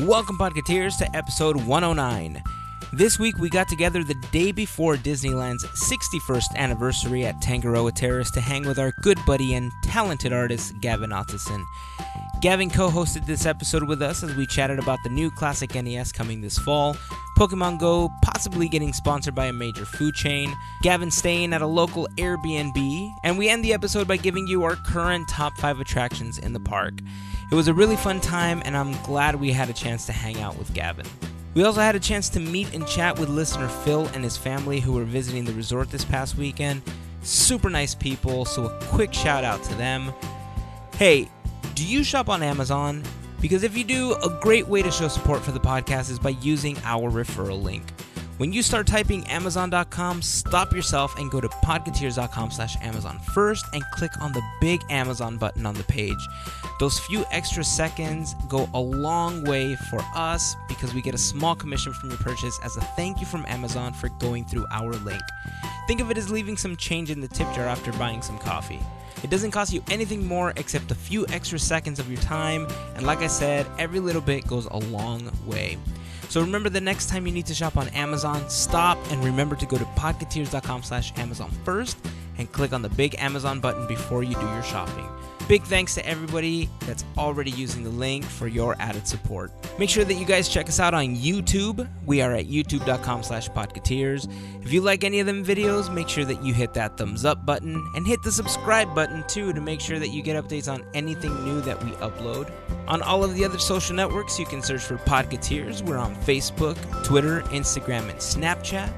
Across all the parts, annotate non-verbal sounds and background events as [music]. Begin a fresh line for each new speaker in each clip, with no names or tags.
Welcome, Podcateers, to episode 109. This week, we got together the day before Disneyland's 61st anniversary at Tangaroa Terrace to hang with our good buddy and talented artist, Gavin Otteson. Gavin co hosted this episode with us as we chatted about the new classic NES coming this fall, Pokemon Go possibly getting sponsored by a major food chain, Gavin staying at a local Airbnb, and we end the episode by giving you our current top 5 attractions in the park. It was a really fun time, and I'm glad we had a chance to hang out with Gavin. We also had a chance to meet and chat with listener Phil and his family who were visiting the resort this past weekend. Super nice people, so a quick shout out to them. Hey, do you shop on Amazon? Because if you do, a great way to show support for the podcast is by using our referral link. When you start typing Amazon.com, stop yourself and go to podcateers.com slash Amazon first and click on the big Amazon button on the page. Those few extra seconds go a long way for us because we get a small commission from your purchase as a thank you from Amazon for going through our link. Think of it as leaving some change in the tip jar after buying some coffee. It doesn't cost you anything more except a few extra seconds of your time, and like I said, every little bit goes a long way. So remember the next time you need to shop on Amazon, stop and remember to go to podcateers.com slash Amazon first and click on the big Amazon button before you do your shopping. Big thanks to everybody that's already using the link for your added support. Make sure that you guys check us out on YouTube. We are at youtube.com slash podcateers. If you like any of them videos, make sure that you hit that thumbs up button and hit the subscribe button too to make sure that you get updates on anything new that we upload. On all of the other social networks, you can search for Podcateers. We're on Facebook, Twitter, Instagram, and Snapchat.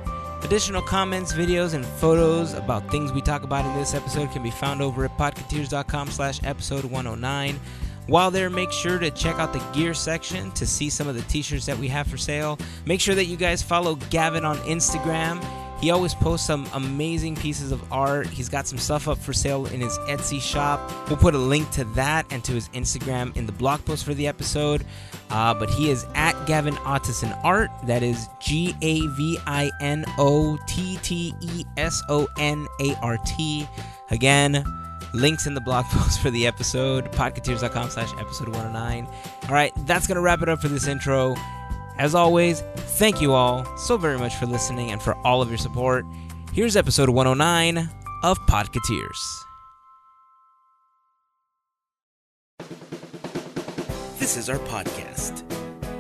Additional comments, videos, and photos about things we talk about in this episode can be found over at podcateers.com slash episode 109. While there, make sure to check out the gear section to see some of the t-shirts that we have for sale. Make sure that you guys follow Gavin on Instagram. He always posts some amazing pieces of art. He's got some stuff up for sale in his Etsy shop. We'll put a link to that and to his Instagram in the blog post for the episode. Uh, but he is at Gavin Ottison Art. That is G A V I N O T T E S O N A R T. Again, links in the blog [laughs] post for the episode, podcateers.com slash episode 109. All right, that's going to wrap it up for this intro. As always, thank you all so very much for listening and for all of your support. Here's episode 109 of Podcateers. This is our podcast.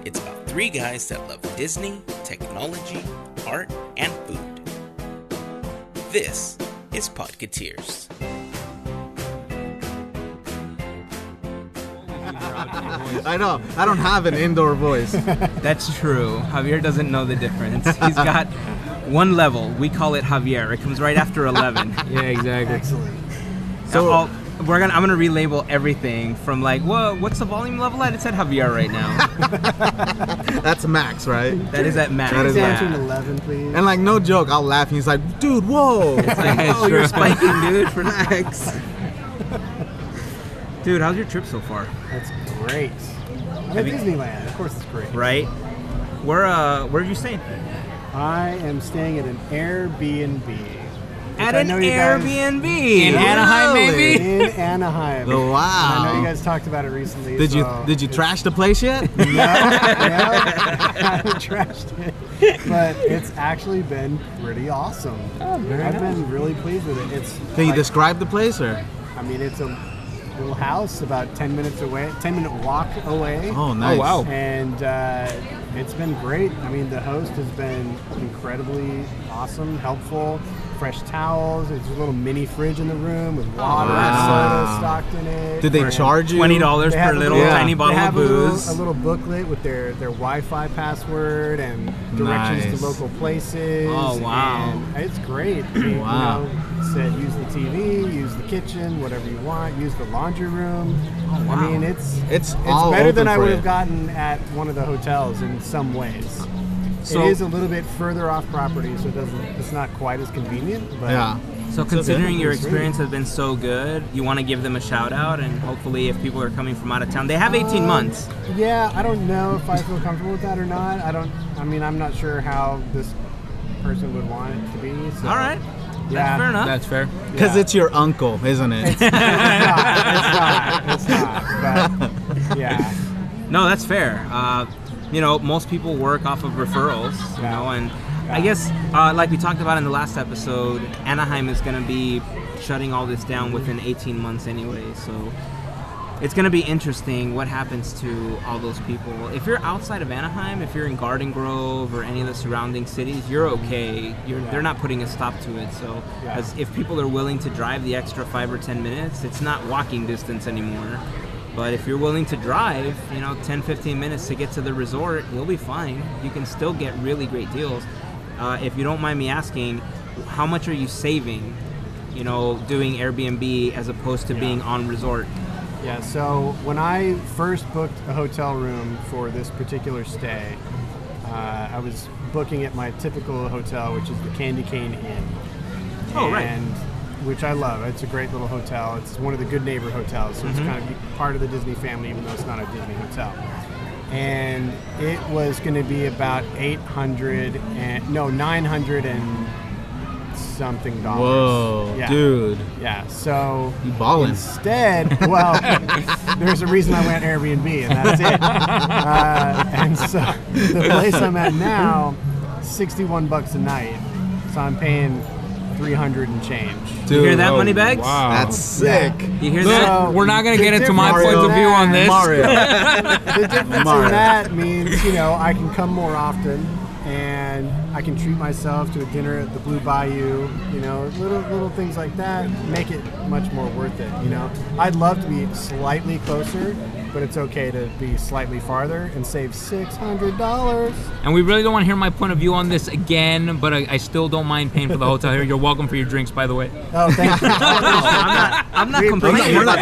It's about three guys that love Disney, technology, art, and food. This is Podcateers.
I know. I don't have an indoor voice.
That's true. Javier doesn't know the difference. He's
[laughs]
got one level. We call it Javier. It comes right after 11.
[laughs] Yeah, exactly.
So I'll, we're gonna I'm gonna relabel everything from like, whoa, what's the volume level at? It's at Javier right
[laughs]
now.
That's Max, right?
That is at max.
That is
yeah.
at-
Down to 11, please.
And like no joke, I'll laugh and he's like, dude, whoa. It's like,
[laughs] Like,
oh,
oh, you're
you're spicy.
spiking, dude.
[laughs]
Relax. Dude, how's your trip so far?
That's great. I'm at Disneyland. Of course, it's great.
Right? Where uh, where are you staying?
I am staying at an Airbnb. which
At
I
an
know you guys-
Airbnb
In Anaheim, maybe?
in Anaheim.
Oh, [laughs] wow.
And I know you guys talked about it recently.
Did you
so
did you
it's-
trash the place yet?
yeah, yeah,
[laughs]
I trashed it. But it's actually been pretty awesome.
Oh,
I've been really pleased with it. It's
Can you
like-
describe the place or?
I mean, it's a little house about 10 minutes away, 10 minute walk away.
Oh, nice.
wow.
And uh, it's been great. I mean, the host has been incredibly awesome, helpful. Fresh towels. There's a little mini fridge in the room with water
Wow.
and soda stocked in it.
Did they
And
charge you?
Twenty dollars
they have
per
a
little
Yeah.
tiny
they
bottle of
have a little-
booze.
A little, booklet with their their Wi-Fi password and directions
Nice.
to local places.
Oh, wow.
and it's
[clears throat]
great. I mean,
Wow.
You know, said use the TV, use the kitchen, whatever you want. Use the laundry room. Oh,
wow.
I mean, it's
It's
it's
all
better
open
than I
for
would
you.
have gotten at one of the hotels in some ways.
So-
it is a little bit further off property, so it doesn't. It's not quite as convenient, but
Yeah.
So considering your
Sweet.
experience has been so good, you want to give them a shout out, and hopefully, if people are coming from out of town, they have 18
Um,
months.
Yeah, I don't know if I feel comfortable with that or not. I don't. I mean, I'm not sure how this person would want it to be. So.
All right,
Yeah.
that's fair enough.
That's fair.
Because
Yeah.
it's your uncle, isn't it?
It's not. It's not. It's not. But yeah.
No, that's fair. Uh, you know, most people work off of referrals, you know, and I guess, uh, like we talked about in the last episode, Anaheim is going to be shutting all this down within 18 months anyway, so it's going to be interesting what happens to all those people. If you're outside of Anaheim, if you're in Garden Grove or any of the surrounding cities, you're okay. You're, They're not putting a stop to it. So,
Yeah.
as if people are willing to drive the extra five or ten minutes, it's not walking distance anymore. But if you're willing to drive, you know, 10, 15 minutes to get to the resort, you'll be fine. You can still get really great deals. Uh, if you don't mind me asking, how much are you saving, you know, doing Airbnb as opposed to being on resort?
Yeah, so when I first booked a hotel room for this particular stay, uh, I was booking at my typical hotel, which is the Candy Cane Inn.
Oh, right.
and, Which I love. It's a great little hotel. It's one of the good neighbor hotels, so it's kind of part of the Disney family, even though it's not a Disney hotel. And it was going to be about 800 and no, 900 and something dollars.
Whoa,
yeah.
dude,
Yeah, so
you balling.
Instead, well, there's a reason I went Airbnb, and that's it. Uh, and so the place I'm at now, 61 bucks a night. So I'm paying 300 and change.
Dude,
hear that,
oh,
moneybags?
Wow.
That's sick.
You hear
Look,
that?
So-
we're not gonna get
The
into my
difference
point of
in
view
that-
on this.
Mario.
The difference
Mario.
in that means, you know, I can come more often, and I can treat myself to a dinner at the Blue Bayou. You know, little little things like that make it much more worth it. You know, I'd love to be slightly closer, but it's okay to be slightly farther and save six hundred dollars.
And we really don't want to hear my point of view on this again, but I, I still don't mind paying for the hotel here. You're welcome for your drinks, by the way.
Oh,
[laughs]
thank you.
I'm not
We-
We're not-
complaining.
we're not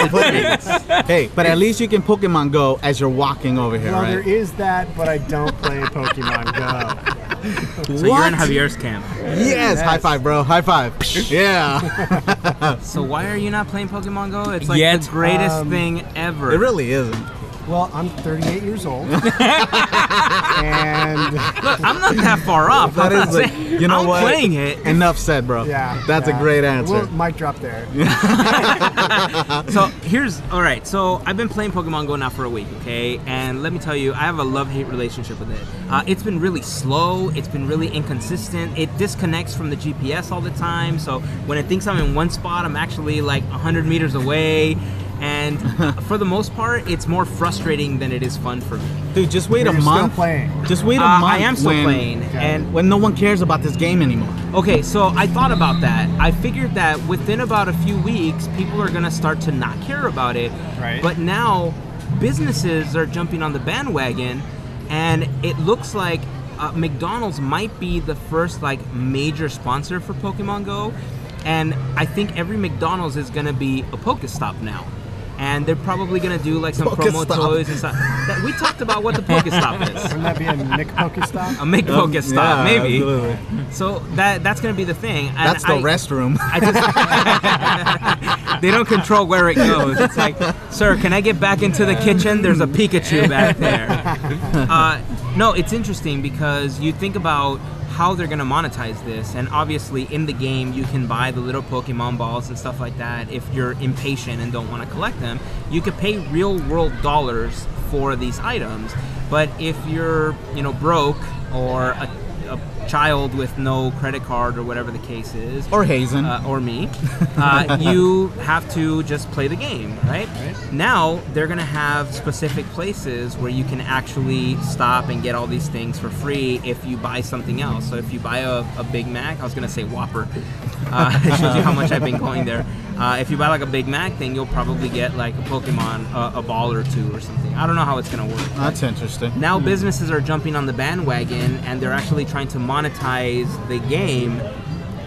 complaining. hey, but at least you can Pokemon Go as you're walking over here,
well, there
right?
is that, but I don't play Pokemon Go.
So you're in Javier's camp.
Yes, high five, bro. High five. yeah,
So why are you not playing Pokemon Go? It's like
Yet,
the greatest
um,
thing ever.
it really isn't.
Well, I'm 38 years
[laughs]
old, and
I'm not that far off.
[laughs] That
I'm
is like,
saying-
you know
I'm
what?
playing it.
[laughs] Enough said, bro.
yeah,
that's
yeah.
a great answer.
Well, mic drop there.
So here's all right. So I've been playing Pokemon Go now for a week, okay? And let me tell you, I have a love-hate relationship with it. Uh, it's been really slow. It's been really inconsistent. It disconnects from the GPS all the time. So when it thinks I'm in one spot, I'm actually like 100 meters away. And
[laughs]
for the most part, it's more frustrating than it is fun for me.
Dude, just wait
You're
a
still
month.
playing.
Just wait a
Uh,
month.
I am still
when-
playing, and
When no one cares about this game anymore.
Okay, so I thought about that. I figured that within about a few weeks, people are going to start to not care about it.
Right.
But now, businesses are jumping on the bandwagon, and it looks like uh, McDonald's might be the first like major sponsor for Pokemon Go, and I think every McDonald's is going to be a Pokestop now. And they're probably gonna do like some promo
Pokestop.
toys and stuff. That- We talked about what the Pokestop is.
[laughs]
Wouldn't that be a Nick Pokestop?
A make
Um,
Pokestop,
yeah,
maybe.
absolutely.
So that that's gonna be the thing. And
That's the
I-
restroom.
I just [laughs] they don't control where it goes. It's like, sir, can I get back into the kitchen? There's a Pikachu back there. Uh, no, it's interesting because you think about how they're gonna monetize this, and obviously in the game you can buy the little Pokemon balls and stuff like that. If you're impatient and don't want to collect them, you could pay real world dollars for these items. But if you're, you know, broke or a, a child with no credit card or whatever the case is,
[laughs] or Hazen.
uh, or me, uh, you have to just play the game, right? Now they're gonna have specific places where you can actually stop and get all these things for free if you buy something else. So if you buy a, a Big Mac, I was gonna say Whopper. Uh, it shows you how much I've been going there. Uh, if you buy like a Big Mac, then you'll probably get like a Pokemon, uh, a ball or two or something. I don't know how it's gonna work.
That's interesting.
Now businesses are jumping on the bandwagon and they're actually trying to monetize the game,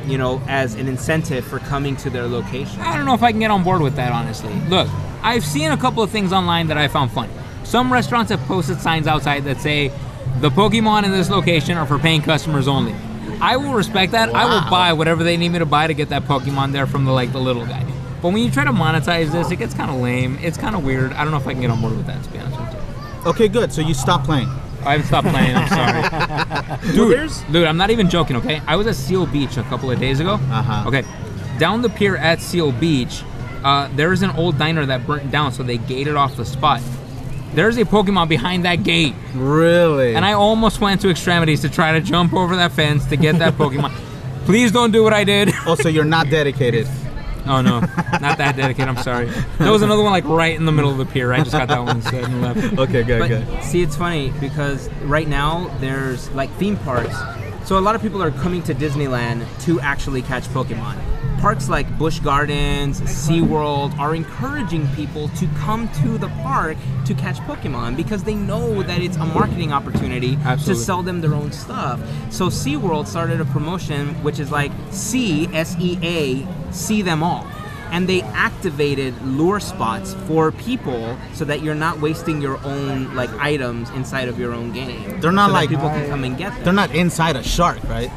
you know, as an incentive for coming to their location.
I don't know if I can get on board with that, honestly. Look, I've seen a couple of things online that I found funny. Some restaurants have posted signs outside that say, the Pokemon in this location are for paying customers only. I will respect that. I will
Wow.
buy whatever they need me to buy to get that Pokemon there from the like the little guy. But when you try to monetize this, it gets kind of lame. It's kind of weird. I don't know if I can get on board with that, to be honest with you.
Okay, good. So you stop playing.
I haven't stopped playing. I'm sorry, dude. dude, I'm not even joking. Okay, I was at Seal Beach a couple of days ago.
Uh-huh.
Okay, down the pier at Seal Beach, uh, there is an old diner that burnt down, so they gated off the spot. There's a Pokemon behind that gate.
Really?
And I almost went to extremities to try to jump over that fence to get [laughs] that Pokemon. Please don't do what I did.
oh, so you're not dedicated.
[laughs] Oh no, not that dedicated. I'm sorry. There was another one like right in the middle of the pier. I just got that one [laughs] instead and left.
[laughs] Okay, good,
But
good.
see, it's funny because right now there's like theme parks. So a lot of people are coming to Disneyland to actually catch Pokemon. Parks like Busch Gardens, SeaWorld are encouraging people to come to the park to catch Pokemon because they know that it's a marketing opportunity to
Absolutely.
sell them their own stuff. So SeaWorld started a promotion which is like see S E A see them all. And they activated lure spots for people so that you're not wasting your own like items inside of your own game.
They're not
So that
like-
people can come and get them.
They're not inside a shark, right?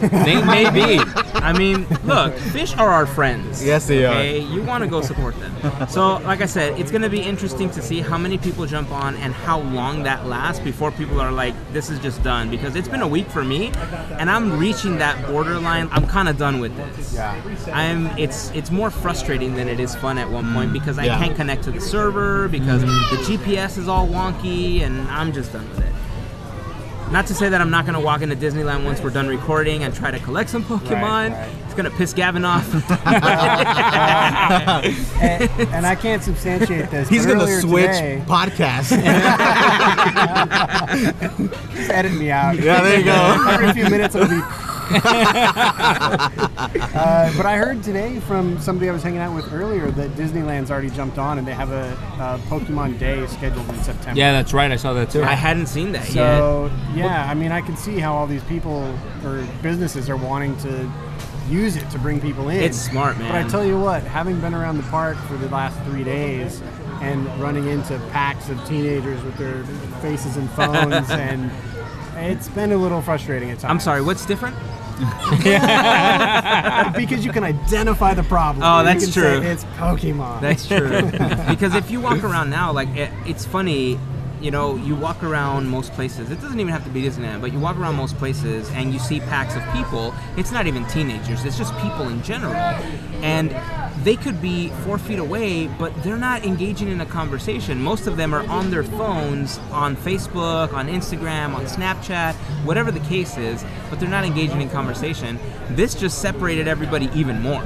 They may be.
[laughs] I mean, look, fish are our friends.
Yes, they are.
okay? You want to go support them. So, like I said, it's going to be interesting to see how many people jump on and how long that lasts before people are like, this is just done. Because it's been a week for me, and I'm reaching that borderline. I'm kind of done with this.
Yeah.
I'm. It's it's more frustrating than it is fun at one
Mm.
point because I
yeah.
can't connect to the server because the GPS is all wonky, and I'm just done with it. Not to say that I'm not gonna walk into Disneyland once we're done recording and try to collect some Pokemon.
right.
It's gonna piss Gavin
[laughs]
off.
and, and I can't substantiate this.
He's
but
gonna
earlier
switch
Today, [laughs]
podcast.
just edit me out.
Yeah, there you go.
[laughs] Every few minutes, it'll be.
[laughs]
uh, but I heard today from somebody I was hanging out with earlier that Disneyland's already jumped on and they have a, uh Pokemon Day scheduled in September.
Yeah, that's right. I saw that too.
I hadn't seen that yet.
So yeah, I mean, I can see how all these people or businesses are wanting to use it to bring people in.
It's smart, man.
But I tell you what, having been around the park for the last three days and running into packs of teenagers with their faces
[laughs]
in phones, and it's been a little frustrating at times.
I'm sorry. What's different?
because you can identify the problem.
Oh,
You
that's
can say
true.
it's Pokemon.
That's true. because if you walk around now, like it, it's funny, you know, you walk around most places. It doesn't even have to be Disneyland, but you walk around most places and you see packs of people. It's not even teenagers. It's just people in general, and they could be four feet away, but they're not engaging in a conversation. Most of them are on their phones, on Facebook, on Instagram, on Snapchat, whatever the case is, but they're not engaging in conversation. This just separated everybody even more.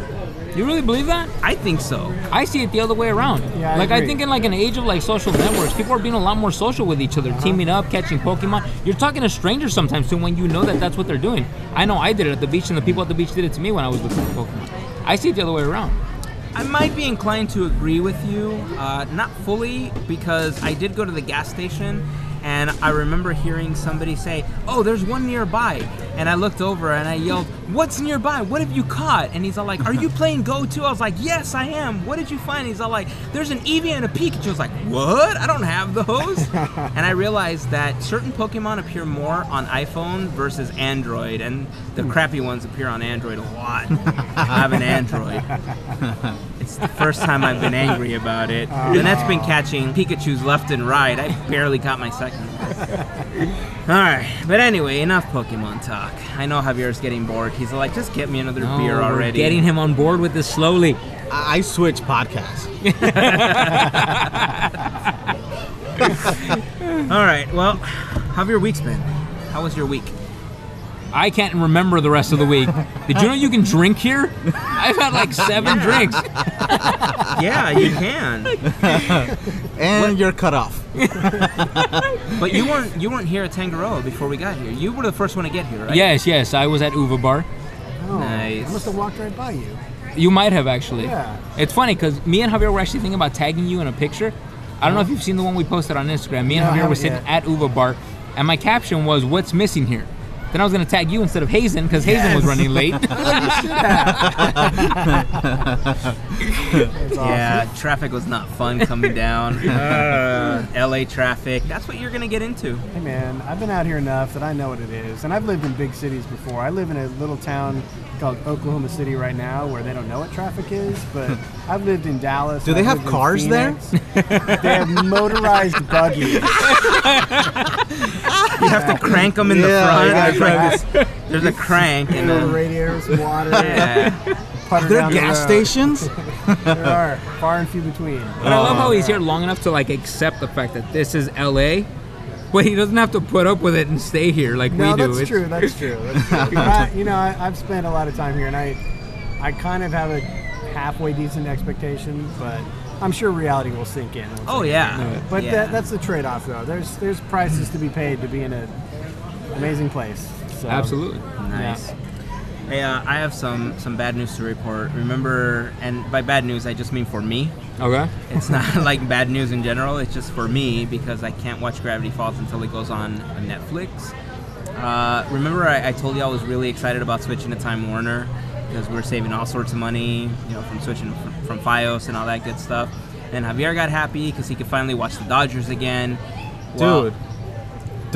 You really believe that?
I think so.
I see it the other way around.
Yeah, I
like I
agree.
think in like an age of like social networks, people are being a lot more social with each
Uh-huh.
other, teaming up, catching Pokemon. You're talking to strangers sometimes too when you know that that's what they're doing. I know I did it at the beach, and the people at the beach did it to me when I was looking for Pokemon. I see it the other way around.
I might be inclined to agree with you, uh, not fully, because I did go to the gas station and I remember hearing somebody say, Oh, there's one nearby. And I looked over and I yelled, What's nearby? What have you caught? And he's all like, Are you playing Go too? I was like, Yes, I am. What did you find? He's all like, There's an Eevee and a Pikachu. I was like, What? I don't have those. and I realized that certain Pokemon appear more on iPhone versus Android, and the crappy ones appear on Android a lot. I have an Android. It's the first time I've been angry about it.
Ah.
Lynette's been catching Pikachu's left and right. I barely caught my second.
[laughs]
Alright, but anyway, enough Pokemon talk. I know Javier's getting bored. He's like, just get me another
No,
beer
we're
already.
getting him on board with this slowly.
I I switch podcasts.
Alright, well, how have your weeks been? How was your week?
[laughs] I can't remember the rest of the week. Did you know you can drink here? I've had like seven drinks.
Yeah, you can.
And you're cut off.
But you weren't you weren't here at Tangaroa before we got here. You were the first one to get here, right?
Yes, yes, I was at Uva Bar.
Oh,
Nice.
I must have walked right by you.
You might have actually.
Yeah.
It's funny because me and Javier were actually thinking about tagging you in a picture. I don't know if you've seen the one we posted on Instagram. Me and
No, I
Javier were
haven't
sitting
yet.
at Uva Bar, and my caption was, "What's missing here?" Then I was gonna tag you instead of Hazen because Hazen was running late.
[laughs]
Yeah, traffic was not fun
[laughs]
coming down. [laughs] LA traffic. That's what you're gonna get into.
Hey man, I've been out here enough that I know what it is, and I've lived in big cities before. I live in a little town called Oklahoma City right now, where they don't know what traffic is.
[laughs]
But I've lived in Dallas.
Do
and
they have
I've lived in
cars there?
Phoenix. they
[laughs]
have motorized buggies.
You have to crank them in
Yeah, you gotta
the front. There's a crank and
Little
then.
[laughs]
radiators, water.
Yeah.
putter
Are there
down the
gas
road.
[laughs] stations?
there are far and few between.
But I love how he's here long enough to like accept the fact that this is LA, but he doesn't have to put up with it and stay here like
No,
we do.
that's
It's-
true. That's true.
[laughs]
That's true. But I, you know, I, I've spent a lot of time here, and I, I kind of have a halfway decent expectation, but I'm sure reality will sink in. once
Oh
I get
yeah.
But
yeah.
that, that's the trade-off, though. There's there's prices to be paid to be in an amazing place. So,
Absolutely.
Nice. Hey, uh, I have some some bad news to report. Remember, and by bad news, I just mean for me.
Okay.
It's not [laughs] like bad news in general. It's just for me because I can't watch Gravity Falls until it goes on Netflix. Uh, remember, I, I told you I was really excited about switching to Time Warner because we're saving all sorts of money, you know, from switching from, from FiOS and all that good stuff. And Javier got happy because he could finally watch the Dodgers again. Well,
Dude,
no,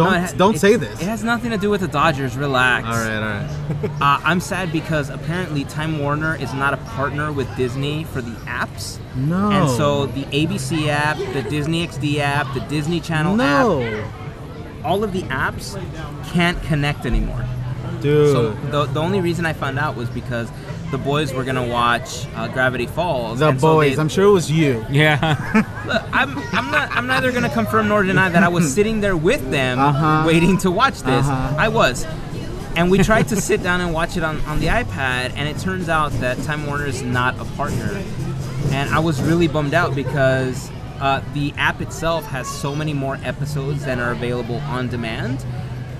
don't
it ha-
don't
it-
say this.
It has nothing to do with the Dodgers. Relax.
all right, all right.
Uh, I'm sad because apparently Time Warner is not a partner with Disney for the apps.
No.
And so the ABC app, the Disney XD app, the Disney Channel
no,
app, all of the apps can't connect anymore.
dude.
So the, the only reason I found out was because the boys were gonna watch uh, Gravity Falls.
the
and so
boys.
they-
I'm sure it was you.
[laughs] Yeah.
Look, [laughs] I'm, I'm not I'm neither gonna confirm nor deny that I
[laughs]
was sitting there with them
Uh-huh.
waiting to watch this.
Uh-huh.
I was. And we tried to sit down and watch it on, on the iPad and it turns out that Time Warner is not a partner. And I was really bummed out because uh, the app itself has so many more episodes than are available on demand.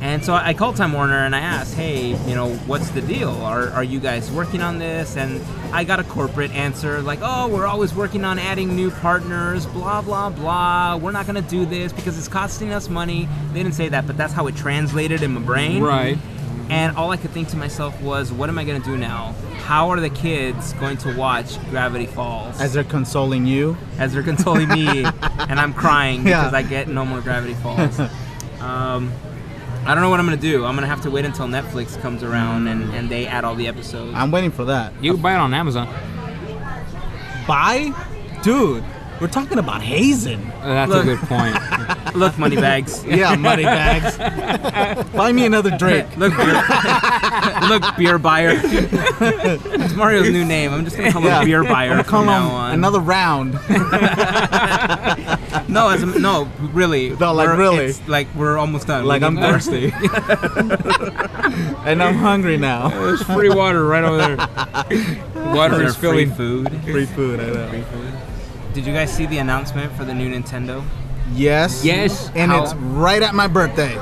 And so I called Time Warner and I asked, hey, you know, what's the deal? Are, are you guys working on this? And I got a corporate answer like, oh, we're always working on adding new partners, blah, blah, blah. We're not going to do this because it's costing us money. They didn't say that, but that's how it translated in my brain.
right.
And all I could think to myself was, what am I going to do now? How are the kids going to watch Gravity Falls
As they're consoling you,
as they're consoling me? and I'm crying
Yeah.
because I get no more Gravity Falls. um, I don't know what I'm going to do. I'm going to have to wait until Netflix comes around and, and they add all the episodes.
I'm waiting for that.
You can buy it on Amazon.
Bye, dude. We're talking about hazing.
Uh, That's
Look.
a good point.
[laughs] Look, Moneybags.
Yeah, money [laughs] bags. Buy me another
[laughs]
drink.
Look, beer, look, beer buyer. It's Mario's new name. I'm just gonna call him
Yeah.
beer buyer from
Come
now
on,
on.
another round.
No, as a, no, really.
No, like,
We're-
really.
it's like we're almost done.
[laughs] like
We
I'm
can-
thirsty, [laughs] and I'm hungry now.
There's free water right
[laughs]
over there. Water is
Is there free
filling.
food.
[laughs] Free food, I know.
Did you guys see the announcement for the new Nintendo?
Yes.
Yes.
And
How-
it's right at my birthday,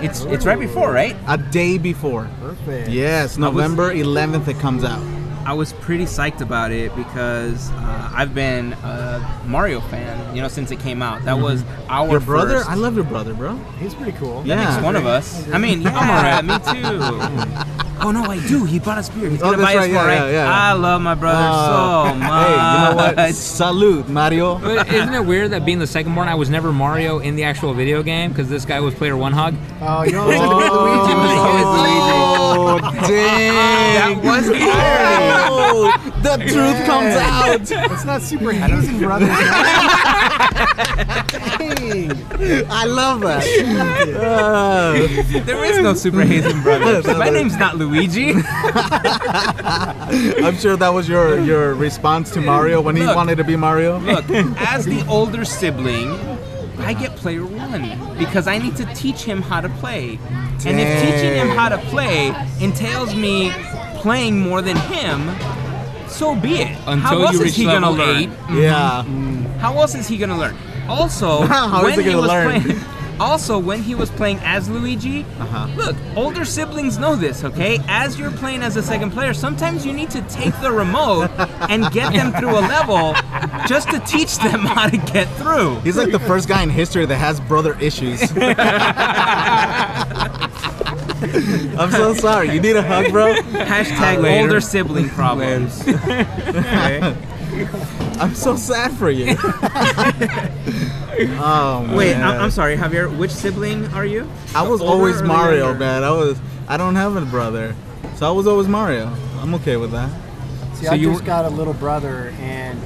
It's it's right before, right?
a day before.
Perfect.
Yes, November 11th it comes out.
I was pretty psyched about it because uh, I've been a Mario fan, you know, since it came out. That was our
Mm-hmm. Your brother?
first-
I love your brother, bro.
He's pretty cool.
Yeah.
It's one of us. I mean, yeah, me
[laughs]
too. Oh no, I do. He bought us beer. He's
Oh,
gonna
that's
buy us
right. Yeah,
more, right?
yeah, yeah.
I love my brother
Uh,
so much.
Hey, you know what? Oh, Salute, Mario.
But isn't it weird that being the second born, I was never Mario in the actual video game because this guy was player one hog?
Oh,
[laughs]
you know,
Oh, dang.
That was
Oh, the truth comes out.
it's not super hazing, brother. Dang.
I love that. Uh,
There is no Super Hazen Brothers.
No,
My
there-
name's not [laughs] Luigi.
[laughs] I'm sure that was your, your response to Mario when he
Look.
wanted to be Mario.
Look, as the older sibling, I get player one because I need to teach him how to play. And if teaching him how to play entails me playing more than him, so be it. how
Until
else
you
is
reach
he gonna
level
learn?
eight.
Yeah.
How else is he gonna learn? Also,
[laughs] How
when
is he gonna
was
learn?
playing, also when he was playing as Luigi,
Uh-huh.
look, older siblings know this, okay? As you're playing as a second player, sometimes you need to take the remote and get them through a level just to teach them how to get through.
He's like the first guy in history that has brother
[laughs]
issues. I'm so sorry. You need a hug, bro?
Hashtag
Later.
older sibling problems.
I'm so sad
[laughs]
for you. oh, man.
Wait, I- I'm sorry, Javier. Which sibling are you?
I was
The older
always
or the
Mario,
younger?
man. I was I don't have a brother, so I was always Mario. I'm okay with that.
See,
So
I
you
just
were-
got a little brother, and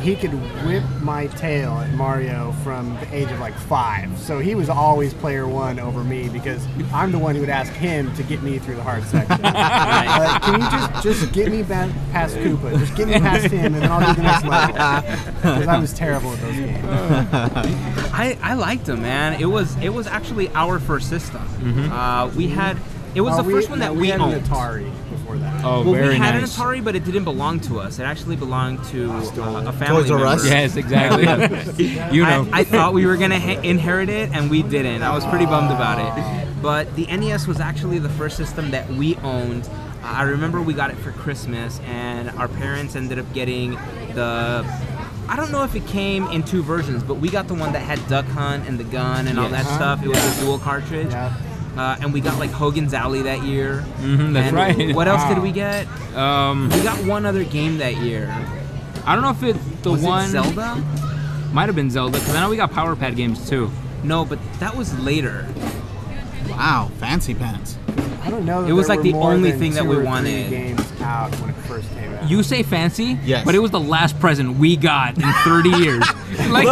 he could whip my tail at Mario from the age of like five. So he was always player one over me because I'm the one who would ask him to get me through the hard section. Like, can you just just get me ba- past Koopa? Just get me past him, and then I'll do the next level. Because I was terrible at those games.
I, I liked them, man. It was it was actually our first system.
Mm-hmm.
Uh, we had it was
Uh,
the first one that
we,
we,
had
owned.
an Atari before that.
Oh,
Well,
very
we had
nice.
an Atari, but it didn't belong to us. It actually belonged to uh, a family
Toys R
member.
Us?
Yes, exactly. you know.
I, I thought we were gonna ha- inherit it, and we didn't. I was pretty bummed about it. But the NES was actually the first system that we owned. Uh, I remember we got it for Christmas, and our parents ended up getting the. I don't know if it came in two versions, but we got the one that had Duck Hunt and the gun and all that
Yes.
stuff. It was a dual cartridge.
Yeah.
Uh, and we got like Hogan's Alley that year.
Mhm, that's
And
right.
What else did
Wow.
we get?
[laughs] um,
We got one other game that year.
I don't know if it the
was
one
it Zelda?
might have been Zelda because I know we got Power Pad games too.
No, but that was later.
Wow, fancy pants.
I don't know. That
It was
there
like the
were more
only
than
thing that
two
we
or three
wanted.
Games out when it first came out.
You say fancy,
Yes.
but it was the last present we got in
[laughs]
30 years. like,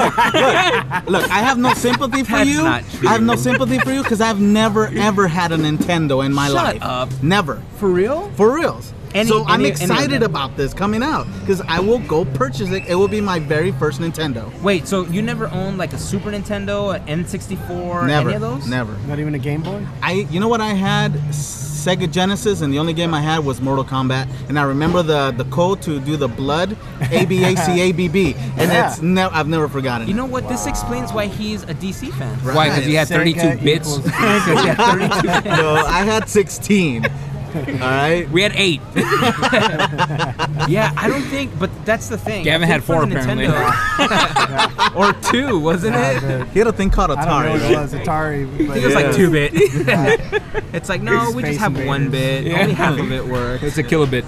Look, I
[laughs]
have no sympathy for
That's
you.
not
I have no
true.
sympathy for you because I've never ever had a Nintendo in my
Shut
life.
up.
Never.
For real?
For reals.
Any-
so I'm
any- any of
excited
them.
about this coming out because I will go purchase it. It will be my very first Nintendo.
Wait, so you never owned like a Super Nintendo, an N64,
Never.
any of those?
Never.
Not even a Game Boy.
I you know what I had Sega Genesis and the only game I had was Mortal Kombat and I remember the the code to do the blood A B A C A
[laughs]
B B and
Yeah.
it's no I've never forgotten.
You
it.
know what? This explains why he's a DC fan.
Right.
why? Because he had 32
Sega
bits.
equals-
Yeah,
[laughs]
32.
No, I had 16. All right.
We had eight.
yeah, I don't think, but that's the thing.
Gavin
I think
had
for
four,
the
apparently. [laughs]
Nintendo- or two, wasn't it?
Uh,
[laughs]
He had a thing called
I don't know what
Atari.
it was. Atari. But
I think it was like
Yeah.
two
[laughs]
bit. [laughs] it's like no, we
Space
just have one bit.
Invaders.
Only half of it works.
It's a kilobit.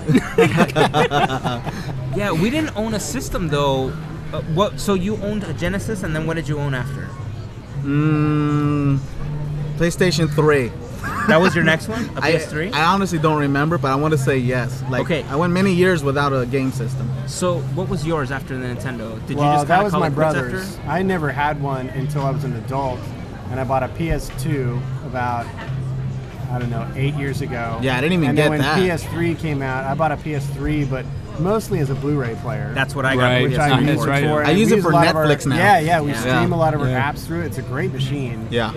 Yeah, we didn't own a system though. Uh, what? So you owned a Genesis, and then what did you own after?
Mm, PlayStation 3.
That was your next one, a PS3.
I, I honestly don't remember, but I want to say yes. Like
Okay.
I went many years without a game system.
so what was yours after the Nintendo? Did
well,
you just
that
kinda
was
call
my
it quits
brother's.
After?
I never had one until I was an adult, and I bought a PS2 about I don't know eight years ago.
Yeah, I didn't even
and
get
then when
that.
PS3 came out, I bought a PS3, but mostly as a Blu-ray player.
That's what I got.
Right,
which
which
That's
I
I
not-
used
use
that's right.
for.
I
and
use
we
it for
a lot of our-
Netflix now.
Yeah, yeah, we stream a lot of our
Yeah.
apps through it. It's a great machine.
Yeah.
Uh,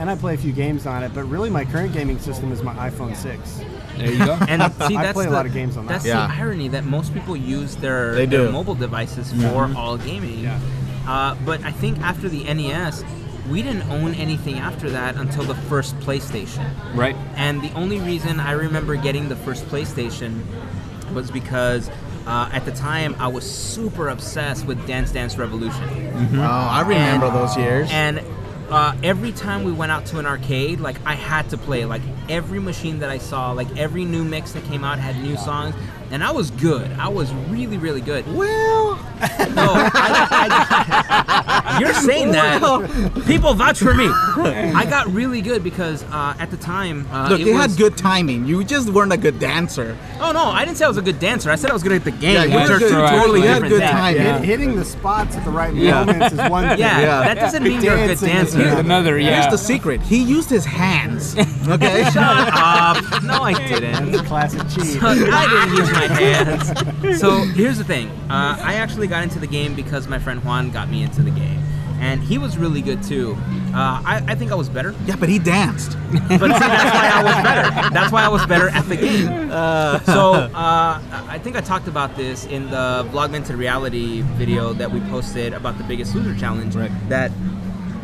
and I play a few games on it, but really my current gaming system is my iPhone 6.
There you go.
[laughs]
And see,
I
that's
play a
the,
lot of games on that.
That's
Yeah.
the irony that most people use their,
They
their
do.
mobile devices for
Mm-hmm.
all gaming.
Yeah.
Uh, but I think after the NES, we didn't own anything after that until the first PlayStation.
Right.
And the only reason I remember getting the first PlayStation was because uh, at the time I was super obsessed with Dance Dance Revolution.
Oh, I remember
And-
those years.
And uh, every time we went out to an arcade, like I had to play. Like every machine that I saw, like every new mix that came out had new songs, and I was good. I was really, really
[laughs]
good. No,
well,
I, I- you're saying
[laughs]
that. People vouch for me. I got really good because uh, at the time, uh,
look,
it
you
was,
had good timing. You just weren't a good dancer.
Oh no, I didn't say I was a good dancer. I said I was good at the game.
Yeah, you
which
were
are
good-
two
you
totally
had
different
good
things.
timing.
Hit-
Yeah.
hitting the spots at the right
Yeah.
moments is one thing.
Yeah,
Yeah.
that doesn't mean you're a good
Dancing is
dancer.
another.
Another, yeah.
Here's the secret. He used
[laughs]
his hands. Okay.
Uh, no, I didn't.
That's a classic cheat.
[laughs] I didn't use my hands. So here's the thing. Uh, I actually got into the game because my friend Juan got me into the game, and he was really good too. Uh, I, I think I was better,
yeah, but he danced.
but see, that's why I was better. That's why I was better at the game. so uh, I I think I talked about this in the Vlogmented Reality video that we posted about the Biggest Loser challenge.
Right.
That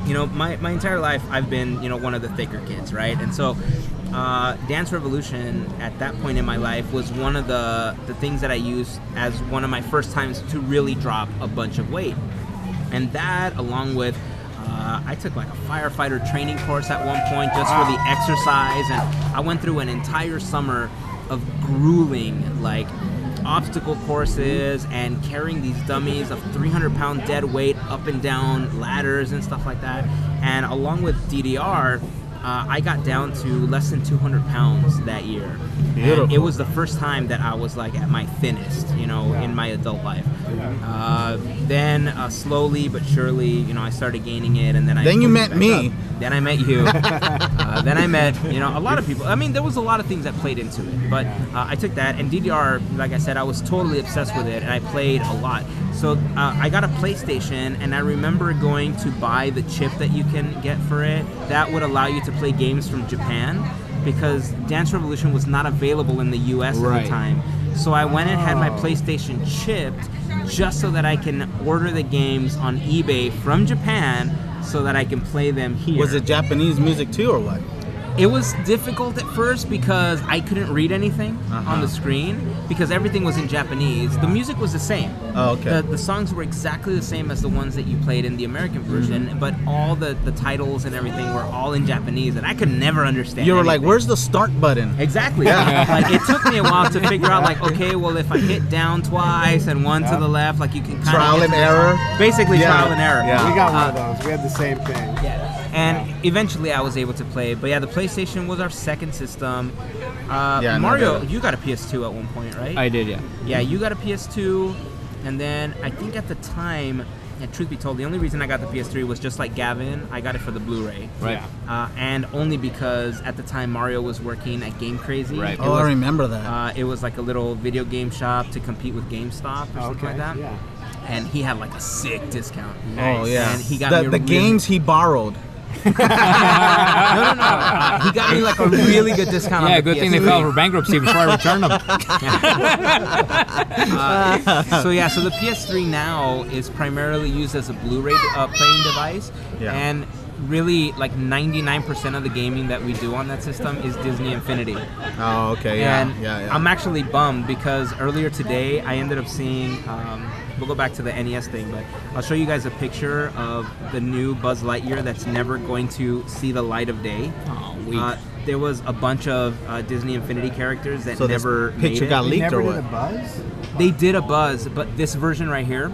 you know, my, my entire life I've been you know one of the thicker kids, right? And so uh, Dance Revolution at that point in my life was one of the the things that I used as one of my first times to really drop a bunch of weight, and that along with. uh, I took like a firefighter training course at one point just for the exercise, and I went through an entire summer of grueling like obstacle courses and carrying these dummies of 300 pound dead weight up and down ladders and stuff like that and along with ddr uh, I got down to less than 200 pounds that year. And it
Beautiful.
was the first time that I was like at my thinnest, you know, in my adult life. Uh, then uh, slowly but surely, you know, I started gaining it, and then I
Then you
moved
met
back
me.
up. Then I met you.
[laughs]
uh, then I met you know a lot of people. I mean, there was a lot of things that played into it, but uh, I took that and DDR. Like I said, I was totally obsessed with it, and I played a lot. So uh, I got a PlayStation, and I remember going to buy the chip that you can get for it. That would allow you to play games from Japan because Dance Revolution was not available in the U.S. at
Right.
the time. So I went and had my
Oh.
PlayStation chipped just so that I can order the games on eBay from Japan so that I can play them here.
Was it Japanese music too, or what?
It was difficult at first because I couldn't read anything on
Uh-huh.
the screen because everything was in Japanese. The music was the same.
Oh, okay.
The, the songs were exactly the same as the ones that you played in the American version,
Mm-hmm.
but all the, the titles and everything were all in Japanese, and I could never understand.
You were like,
anything.
"Where's the start button?"
Exactly. [laughs] Like it took me a while to figure out,
[laughs]
like, okay, well, if I hit down twice and one to the left, like you can kind
Trial and error.
Basically,
Yeah.
trial and error.
Yeah.
We got one
Uh,
of those. We had the same thing.
Yeah. And eventually I was able to play it. But yeah, the PlayStation was our second system. Uh,
Yeah, I know
Mario,
that.
you got a PS2 at one point, right?
I did, yeah.
yeah, you got a PS2. And then I think at the time, and truth be told, the only reason I got the PS3 was just like Gavin, I got it for the Blu ray.
Right.
Uh, and only because at the time Mario was working at Game Crazy.
Right.
It
Oh, I
was-
remember that.
uh, it was like a little video game shop to compete with GameStop or something
Okay.
like that.
Yeah.
And he had like a sick discount.
Oh yeah.
And he got
the,
me a
the
really-
games he borrowed.
No, no, no. Uh, he got me like a really good discount. on
Yeah,
the
good thing they
PS3.
filed for bankruptcy before I returned [laughs] them.
so yeah, so the PS3 now is primarily used as a Blu-ray uh, playing device,
Yeah.
and really like 99% of the gaming that we do on that system is Disney Infinity.
Oh, okay. Yeah.
and
yeah, yeah.
I'm actually bummed because earlier today I ended up seeing. Um, we'll go back to the NES thing, but I'll show you guys a picture of the new Buzz Lightyear that's never going to see the light of day.
Oh, weak.
Uh, there was a bunch of uh, Disney Infinity characters that
so this
never made
picture
it.
got
They
leaked
never
or
did
what?
a buzz.
They did a buzz, but this version right here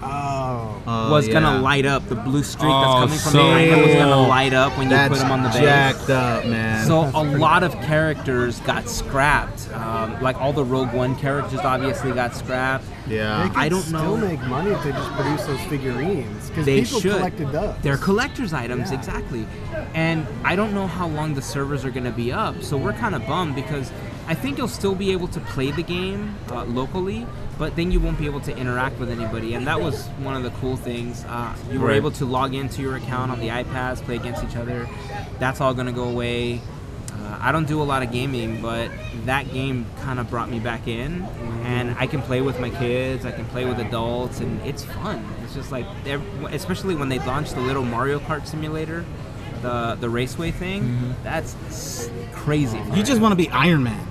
Oh.
Oh,
was
yeah.
gonna light up. The blue streak
Oh,
that's coming from
so
behind him was gonna
cool.
light up when
That's
you put him on the base.
jacked up, man.
So a lot of characters got scrapped. Um, like all the Rogue One characters obviously got scrapped.
They
yeah.
could
I don't
still
know.
make money if they just produce those figurines because
They
people
should.
collected those.
They're collector's items,
Yeah.
exactly. And I don't know how long the servers are gonna be up, so we're kind of bummed because I think you'll still be able to play the game uh, locally, but then you won't be able to interact with anybody. And that was one of the cool things. Uh, you were
Right.
able to log into your account on the iPads, play against each other. That's all gonna go away. Uh, I don't do a lot of gaming, but that game kind of brought me back in, and I can play with my kids. I can play with adults, and it's fun. It's just like, ev- especially when they launched the little Mario Kart simulator, the the raceway thing.
Mm-hmm.
That's s- crazy.
You just want to be Iron Man.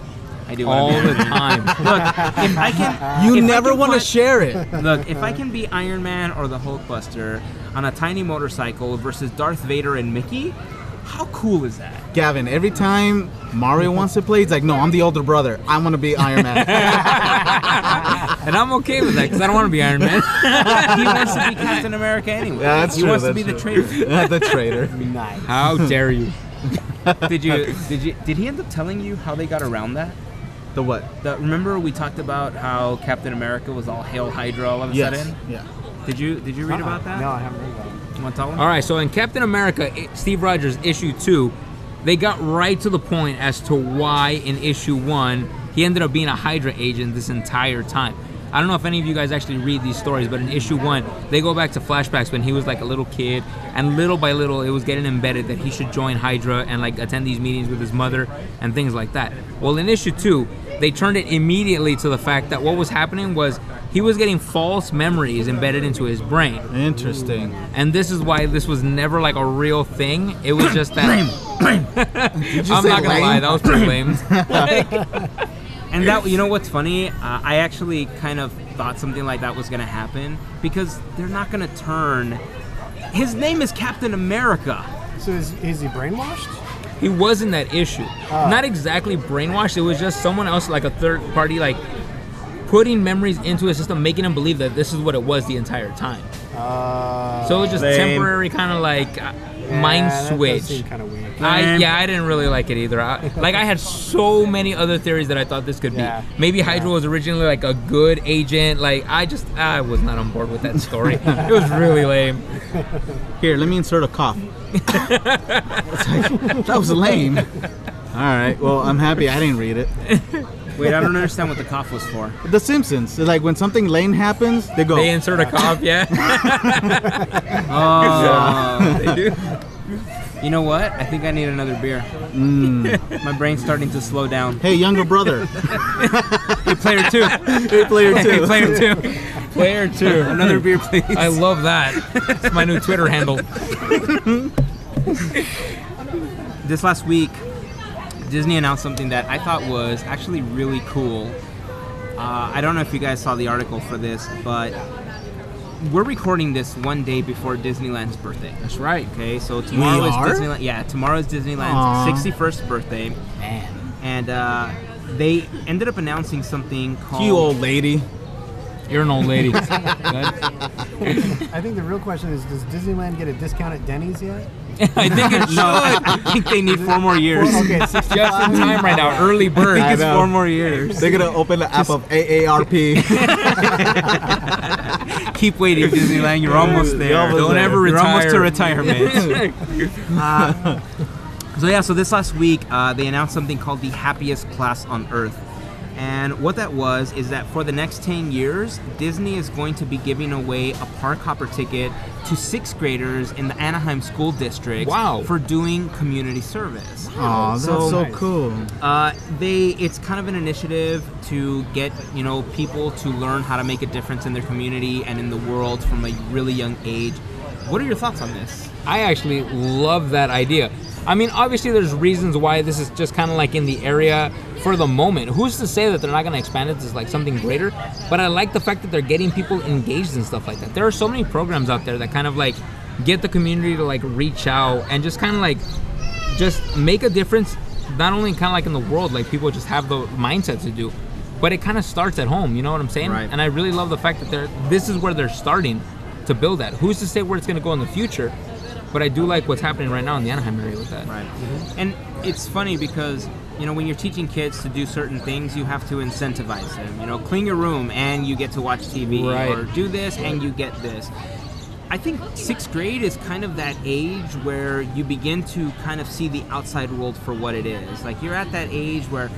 I do wanna
All
be
the
Iron Man.
time.
[laughs] Look, if I can,
You
if I
never
can
want to
put-
share it.
Look, if I can be Iron Man or the Hulkbuster on a tiny motorcycle versus Darth Vader and Mickey, how cool is that?
Gavin, every time Mario wants to play, he's like, no, I'm the older brother. I want to be
[laughs]
Iron Man.
And I'm okay with that because I don't want to be Iron [laughs] Man.
he wants
[laughs]
to be Captain America anyway.
Yeah, that's
he
true,
wants to
that's
be the
true.
traitor.
[laughs] the traitor.
Nice.
How dare you?
Did you? Did you? Did he end up telling you how they got around that?
The what?
The, remember we talked about how Captain America was all hail Hydra all of a
Yes.
sudden.
Yeah.
Did you? Did you read about that?
Uh-uh. No, I haven't read about it.
You want to tell him?
All right, so in Captain America, i- Steve Rogers, issue two, they got right to the point as to why in issue one he ended up being a Hydra agent this entire time. I don't know if any of you guys actually read these stories, but in issue one, they go back to flashbacks when he was like a little kid, and little by little, it was getting embedded that he should join Hydra and like attend these meetings with his mother and things like that. Well, in issue two, they turned it immediately to the fact that what was happening was he was getting false memories embedded into his brain.
Interesting.
And this is why this was never like a real thing. It was just that. [laughs] I'm
say
not gonna
lame?
lie, that was
[laughs]
pretty lame.
And that you know what's funny? Uh, I actually kind of thought something like that was gonna happen because they're not gonna turn. His name is Captain America.
So is, is he brainwashed?
he was in that issue. Not exactly brainwashed. It was just someone else, like a third party, like putting memories into his system, making him believe that this is what it was the entire time.
Uh,
So it was just
Lame.
temporary, kind of like. uh, Mine
Yeah, that does
switched.
seem kind of weak.
I,
Mm.
yeah, I didn't really like it either. I, like I had so many other theories that I thought this could
Yeah.
be. Maybe Hydra was originally like a good agent. Like I just I was not on board with that story. it was really lame.
Here, let me insert
[laughs]
a cough. It's like, that was lame. All right. Well, I'm happy I didn't read it.
Wait, I don't understand what the cough was for.
The Simpsons. It's like when something lame happens, they go.
They insert a cough, yeah.
Oh, they do. [laughs] You know what? I think I need another beer. My brain's starting to slow down.
hey,
[laughs]
younger brother.
Hey, player two.
hey, [laughs] player
Hey,
two.
player two. Player two.
Another beer, please.
I love that. It's my new Twitter handle.
this last week, Disney announced something that I thought was actually really cool. Uh, I don't know if you guys saw the article for this, but we're recording this one day before Disneyland's birthday.
That's right.
Okay, so tomorrow is
are?
Disneyland. Yeah, tomorrow is
Aw.
Disneyland's 61st birthday,
Man,
and uh, they ended up announcing something called.
You old lady.
you're an old lady.
[laughs]
Good.
I think the real question is, does Disneyland get a discount at Denny's yet?
I think it
[laughs] No, I [laughs] I think they need four more years.
Well, [laughs] okay, six-
just in time right now. Early bird.
I
It's
know.
four more years.
They're gonna open the app of
[laughs]
AARP.
Keep waiting, Disneyland. You're almost there.
You're almost
Don't
there.
ever
You're
retire.
almost to
retirement. uh, so yeah, so this last week uh, they announced something called the happiest class on earth. And what that was is that for the next 10 years, Disney is going to be giving away a park hopper ticket to sixth graders in the Anaheim School District
Wow.
for doing community service.
Aw, that's
So-
so, cool.
Uh, they it's kind of an initiative to get you know people to learn how to make a difference in their community and in the world from a really young age. What are your thoughts on this?
I actually love that idea. I mean, obviously, there's reasons why this is just kind of like in the area for the moment. Who's to say that they're not going to expand it to like something greater? But I like the fact that they're getting people engaged and stuff like that. There are so many programs out there that kind of like get the community to like reach out and just kind of like just make a difference. Not only kind of like in the world, like people just have the mindset to do, but it kind of starts at home. You know what I'm saying?
Right.
And I really love the fact that they're this is where they're starting to build that. Who's to say where it's going to go in the future? But I do like what's happening right now in the Anaheim area with that.
Right. Mm-hmm. And it's funny because you know when you're teaching kids to do certain things, you have to incentivize them. You know, clean your room and you get to watch TV,
Right.
or do this and you get this. I think sixth grade is kind of that age where you begin to kind of see the outside world for what it is. Like you're at that age where,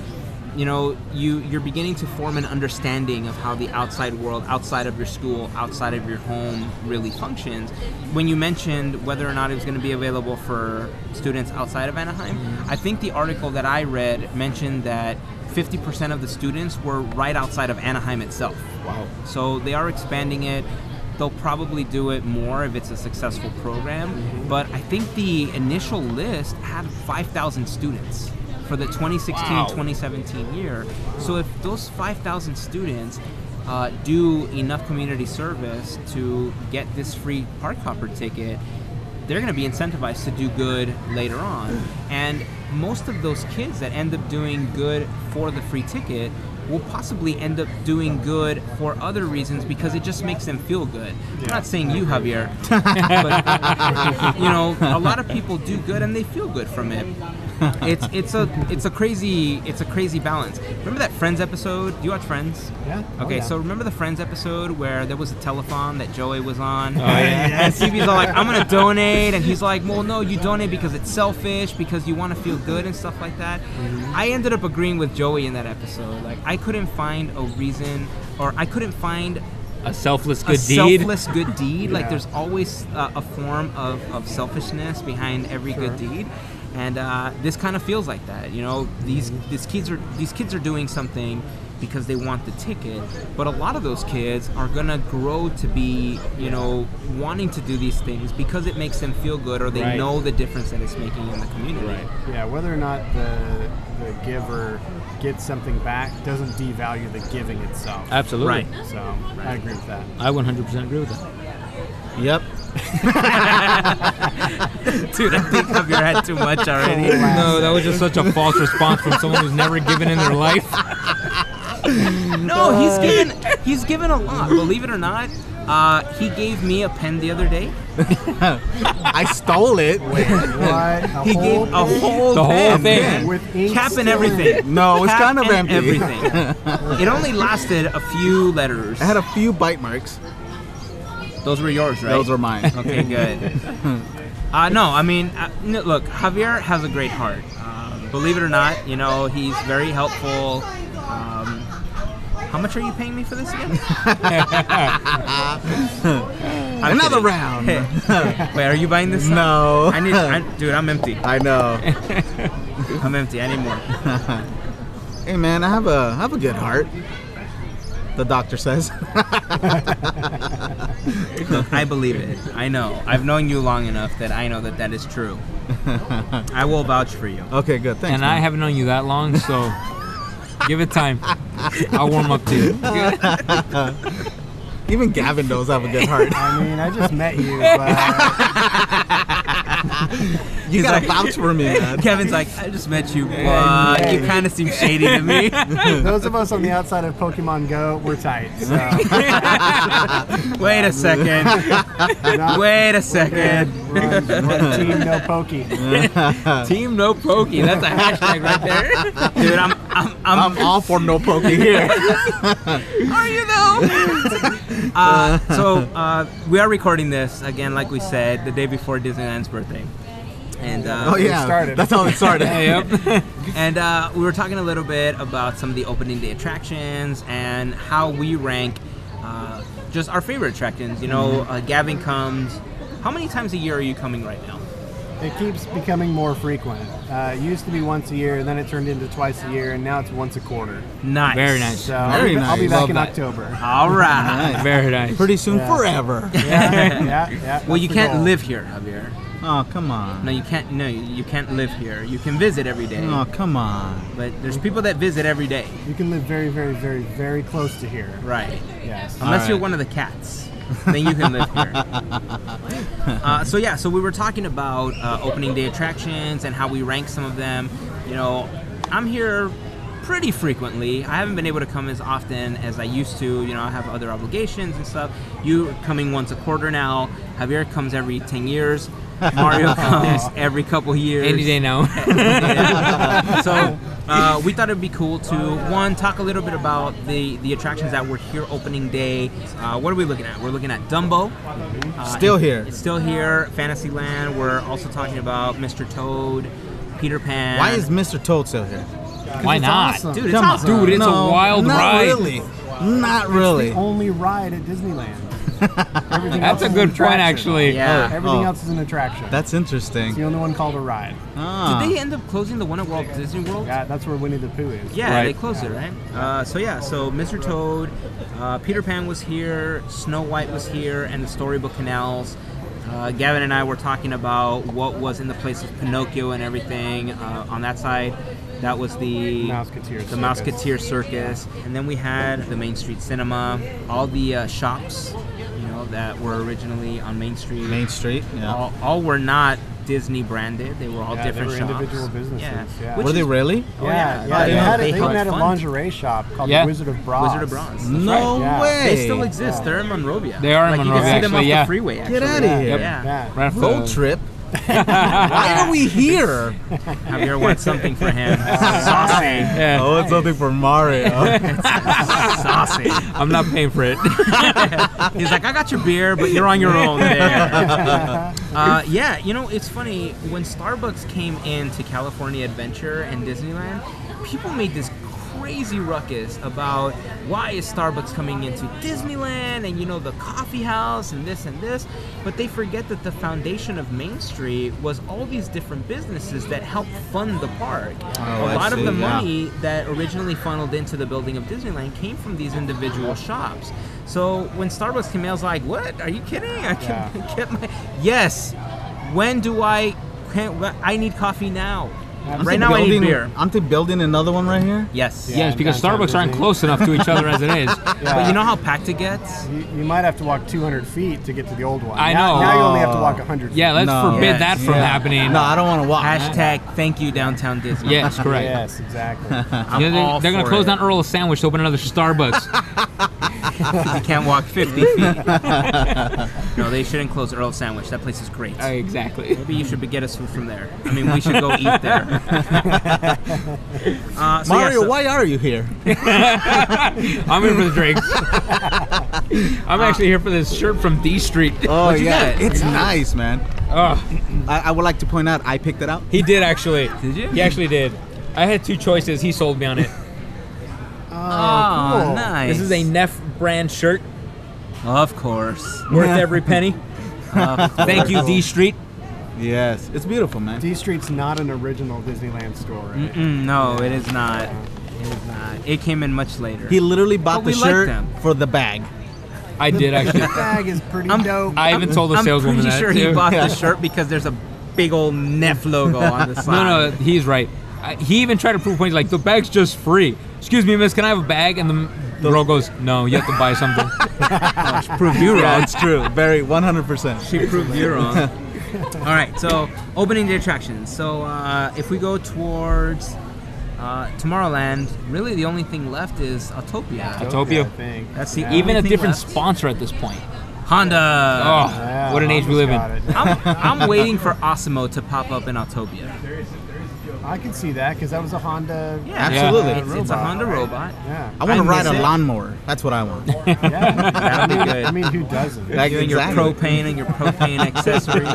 you know, you you're beginning to form an understanding of how the outside world, outside of your school, outside of your home, really functions. When you mentioned whether or not it was going to be available for students outside of Anaheim, I think the article that I read mentioned that 50% of the students were right outside of Anaheim itself.
Wow.
So they are expanding it. They'll probably do it more if it's a successful program. But I think the initial list had 5,000 students for the 2016
Wow.
2017 year. So if those 5,000 students uh, do enough community service to get this free park hopper ticket, they're going to be incentivized to do good later on. And most of those kids that end up doing good for the free ticket will possibly end up doing good for other reasons because it just makes them feel good. I'm not saying you, Javier, but you know, a lot of people do good and they feel good from it. It's it's a it's a crazy it's a crazy balance. Remember that Friends episode? Do you watch Friends?
Yeah. Oh,
Okay,
yeah.
so remember the Friends episode where there was a telethon that Joey was on? Oh, yeah. And Stevie's all like, I'm going to donate. And he's like, well, no, you donate because it's selfish, because you want to feel good and stuff like that. I ended up agreeing with Joey in that episode. Like, I couldn't find a reason, or I couldn't find
A selfless
a
good deed.
selfless good deed. Like there's always uh, a form of, of selfishness behind every good deed, and uh, this kind of feels like that. You know, these
Mm-hmm.
these kids are these kids are doing something because they want the ticket, but a lot of those kids are gonna grow to be you know wanting to do these things because it makes them feel good or they
Right.
know the difference that it's making in the community.
Yeah, whether or not the the giver gets something back doesn't devalue the giving itself.
Absolutely.
Right.
So I agree with that.
I 100% agree with that.
Yep.
[laughs] Dude, I think I've had too
[laughs]
much already.
No, that was just such a false response from someone who's never given in their
[laughs]
life.
No, he's given he's given a lot. Believe it or not, Uh, he gave me a pen the other day.
I stole
[laughs]
it.
What? A
He
whole
gave a whole
The whole
pen
thing.
with ink
cap
still in
and
it.
everything.
No, it's
Cap
kind of
and
empty. [laughs]
Everything. it only lasted a few letters.
I had a few bite marks.
Those were yours, right?
Those were mine.
[laughs] Okay,
[laughs]
good. Uh, no, I mean, uh, no, look, Javier has a great heart. Um, believe it or not, you know, he's very helpful. Um, how much are you paying me for this
[laughs]
again? I'm
Another
kidding.
round.
[laughs] Wait, are you buying this? up?
No.
I need, [laughs] I, dude. I'm empty.
I know.
I'm empty. I need more.
Hey man, I have a I have a good heart. The doctor says. [laughs]
I believe it. I know. I've known you long enough that I know that that is true. I will vouch for you.
okay, good. Thanks.
And I haven't known you that long, so give it time. I'll warm up to you.
I even Gavin knows I have a good heart.
I mean, I just met you, but
You gotta vouch for me, man.
Kevin's like, I just met you, but you kind of seem shady to
[laughs]
me.
those of us on the outside of Pokemon Go, we're tight. So
Wait a second.
not
Wait a second.
we're [laughs] on one team, no pokey.
Team No Pokey. That's a hashtag right there.
Dude, I'm, I'm, I'm,
I'm all for no poking here.
are you though? [laughs] uh, so, uh, we are recording this again, like we said, the day before Disneyland's birthday. And, uh,
[laughs] Oh yeah,
started.
that's how it started.
Yep.
[laughs] and uh, we were talking a little bit about some of the opening day attractions and how we rank uh, just our favorite attractions. You know, uh, Gavin comes. How many times a year are you coming right now?
It keeps becoming more frequent. Uh, it used to be once a year, then it turned into twice a year, and now it's once a quarter.
Nice.
Very nice.
So I'll be-
Very
I'll be
nice.
back
Love
in
[laughs]
that.
October.
All right.
[laughs] Nice.
Very nice.
Pretty soon,
Yeah.
forever.
Yeah, yeah, yeah.
Well, you
that's the
can't
goal.
live here, Javier.
[laughs] Oh come on.
No, you can't. No, you can't live here. You can visit every day,
Oh come on.
but there's people that visit every day,
You can live very, very, very, very close to here.
right?
Yes.
Unless you're
right.
one of the cats, then you can live here. uh, so yeah, so we were talking about uh, opening day attractions and how we rank some of them. You know, I'm here pretty frequently. I haven't been able to come as often as I used to. You know, I have other obligations and stuff. You're coming once a quarter now. Javier comes every ten years. Mario comes every couple years.
Any day now.
[laughs] so uh, we thought it'd be cool to one talk a little bit about the the attractions that were here opening day. Uh, what are we looking at? We're looking at Dumbo. Uh,
Still here.
It's still here. Fantasyland. We're also talking about Mr. Toad, Peter Pan.
Why is Mr. Toad still here?
[laughs] Why
It's
not?
awesome.
dude? It's
Come
awesome.
on.
Dude, it's a wild
not
ride.
Really. Not really.
Only ride at Disneyland. Everything else
That's a
is an
good point,
attraction.
actually.
Yeah.
Everything
Oh.
else is an attraction.
That's
it's the
interesting.
only one called a ride.
Ah.
Did they end up closing the one at Walt Disney World?
Yeah, that's where Winnie the Pooh is.
Yeah,
Right.
they closed it, right? Uh, so yeah, so Mr. Toad, uh, Peter Pan was here, Snow White was here, and the Storybook Canals. Uh, Gavin and I were talking about what was in the place of Pinocchio and everything uh, on that side. That was the
Mouseketeer
the
Circus.
Mouseketeer Circus, and then we had the Main Street Cinema, all the uh, shops, you know, that were originally on Main Street.
Main Street. Yeah.
all, all were not Disney branded. They were all
Yeah, they
different
were
shops.
individual businesses, yeah.
Which
Were they
is-
really?
yeah.
Yeah, yeah.
Oh,
They,
yeah.
had, a-
They
they even
had
had a
fun.
lingerie shop called
Yeah.
the Wizard of Bronze.
Wizard of Bronze. That's
No
right.
Yeah.
way.
They still exist.
Yeah.
They're in Monrovia.
They are in
like,
Monrovia,
You can see them
actually,
off
yeah.
the freeway. Actually.
Get out of here.
Yeah.
Yeah.
Right off the-
Road [laughs] trip. Why are we here?
Javier wants something for
[laughs]
him. Saucy.
Yeah.
Oh, it's something for [laughs] Mario.
Saucy.
I'm not paying for it.
[laughs] He's like, I got your beer, but you're on your own there.
[laughs]
Uh, yeah, you know, it's funny. When Starbucks came into California Adventure and Disneyland, people made this crazy ruckus about why is Starbucks coming into Disneyland and, you know, the coffee house and this and this. But they forget that the foundation of Main Street was all these different businesses that helped fund the park. A
Oh, I
lot of
see,
the
yeah.
money that originally funneled into the building of Disneyland came from these individual shops. So when Starbucks came, I was like, "What? Are you kidding? I can [laughs] get my yes." When do I? Can't, wh- I need coffee now. right now, I need
building,
beer.
Aren't they building another one right here?
Yes.
Yeah.
yes, because
downtown
Starbucks aren't
Disney.
close enough to each other as
[laughs]
it is.
Yeah.
But you know how packed it gets.
you, you might have to walk 200 feet to get to the old one.
I
now,
know.
Now you only have to walk 100.
Yeah,
feet.
let's
No.
forbid
Yes.
that from
Yeah.
happening.
No, I don't want to walk.
Hashtag thank you downtown Disney.
Yes, correct.
Yes, exactly.
[laughs] I'm [laughs]
You know,
all
they're, they're gonna
for
close
it. [laughs]
down Earl's Sandwich to open another Starbucks.
because you can't walk 50 feet. no, they shouldn't close Earl Sandwich. That place is great.
Uh, exactly.
Maybe you should be- get us food from there. I mean, we should go eat there. uh, so yeah,
Mario,
so-
why are you here?
I'm in for the
[laughs]
drinks. I'm actually here for this shirt from D Street.
Oh
you
yeah,
get?
it's nice, man.
Oh,
I, I would like to point out, I picked it out.
he did actually.
Did you?
He actually did. I had two choices. He sold me
[laughs]
on it.
Oh,
cool.
nice.
This is a Neff brand shirt,
Of course. [laughs]
worth every penny.
Of course.
Thank you, D Street.
Yes, it's beautiful, man.
D Street's not an original Disneyland store, right?
Mm, no, it is not. It is not. It came in much later.
He literally bought
But
the
we like
shirt
them.
for
[laughs]
the bag.
I did actually.
That bag is pretty
I'm-
dope.
I even told the
I'm
saleswoman
pretty
that
sure
too.
he [laughs] bought
Yeah.
the shirt because there's a big old Neff logo on [laughs] the side.
No, no, he's right. I, he even tried to prove a point. He's like, the bag's just free. Excuse me, miss, can I have a bag? And the, the girl goes, no, you have to buy [laughs] something.
Prove you wrong. It's true. Very 100%.
She proved you wrong. [laughs] All right, so opening the attractions. So uh, if we go towards uh, Tomorrowland, really the only thing left is Autopia.
Autopia.
I think.
That's the
Yeah.
only
Even a
thing
different
left.
sponsor at this point.
Honda.
Oh,
Yeah,
what an age we live in.
Honda's got it.
I'm, I'm waiting for Osimo to pop up in Autopia.
I can see that because that was a Honda.
Yeah,
Absolutely.
It's, it's a
Robot.
Honda robot.
Yeah.
I want
I
to ride
miss
a
it.
lawnmower. That's what I
[laughs]
want.
yeah.
That'd be good.
I mean, who doesn't?
Like,
doing your propane and your propane accessories.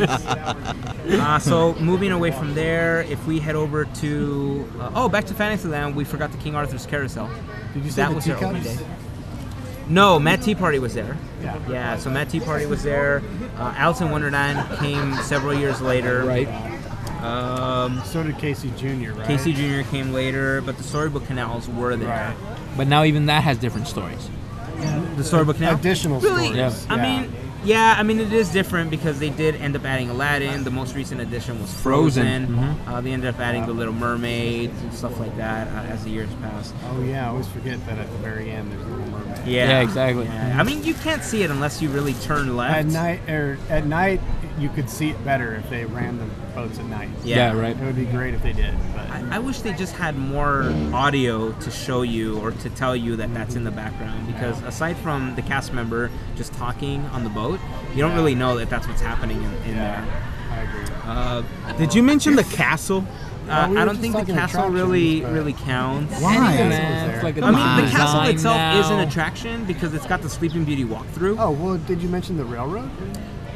Uh, so moving away from there, if we head over to uh, oh, back to Fantasyland, we forgot the King Arthur's Carousel.
Did you say
that
the
was their
teacups?
opening day. No, Matt Tea Party was there.
Yeah.
Yeah, so Matt Tea Party was there. Uh, Alice in Wonderland came several years later.
Right.
Um,
So did Casey Jr. Right.
Casey Jr. came later, but the Storybook Canals were there.
Right.
But now even that has different stories.
The Storybook Canal.
Additional
Really?
stories.
Yeah.
I mean, yeah, I mean it is different because they did end up adding Aladdin. The most recent addition was Frozen.
Frozen.
Uh, they ended up adding The Little Mermaid and stuff like that uh, as the years passed.
Oh yeah, I always forget that at the very end there's a little mermaid.
Yeah,
Yeah, exactly.
Yeah. I mean, you can't see it unless you really turn left.
At night, or at night, you could see it better if they ran the boats at night.
Yeah.
right.
It would be great if they did, but
I, I wish they just had more audio to show you or to tell you that that's in the background because aside from the cast member just talking on the boat, you don't really know that that's what's happening in, in there.
yeah, I agree.
Uh,
Did you mention the castle?
uh,
we were
I don't
just
think the
talking
castle
attractions,
really
but-
really counts.
Why?
It's like a
I mean, the
design
castle itself
now.
is an attraction because it's got the Sleeping Beauty walkthrough.
Oh well, did you mention
[laughs]
the railroad?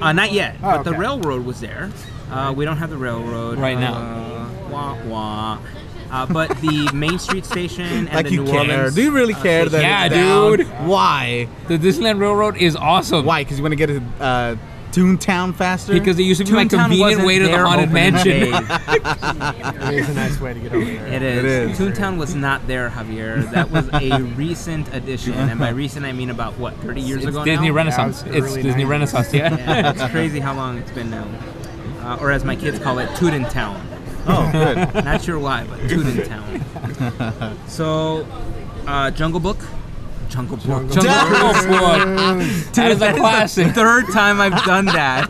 Uh, not yet,
Oh,
but the
okay.
railroad was there. Uh, we don't have the railroad
Right now.
Uh, wah wah. Uh, but
[laughs]
the Main Street station and
Like
the
you
New
care?
Orleans.
Do you really
uh,
care that?
station-
Yeah,
it's down?
dude.
Why?
The Disneyland Railroad is awesome.
Why? Because you want to get to uh, Toontown faster?
Because it used to be my
Toontown
convenient
wasn't
way to the
there
Haunted
opening
Mansion.
day.
It is a nice way to get over there.
It is.
It is.
Toontown was not there, Javier. That was
[laughs]
a recent addition, and by recent I mean about what 30 years
[laughs] It's
ago.
Disney
now?
Renaissance.
Yeah, it was
It's
early
Disney
90s.
Renaissance, yeah.
Yeah, it's crazy how long it's been now, uh, or as my kids call it, Toontown.
Oh,
[laughs]
good.
Not sure why, but Tootin Town. so, uh, Jungle Book. Jungle Book.
Jungle
[laughs]
Book. That is a classic.
Third time I've done that.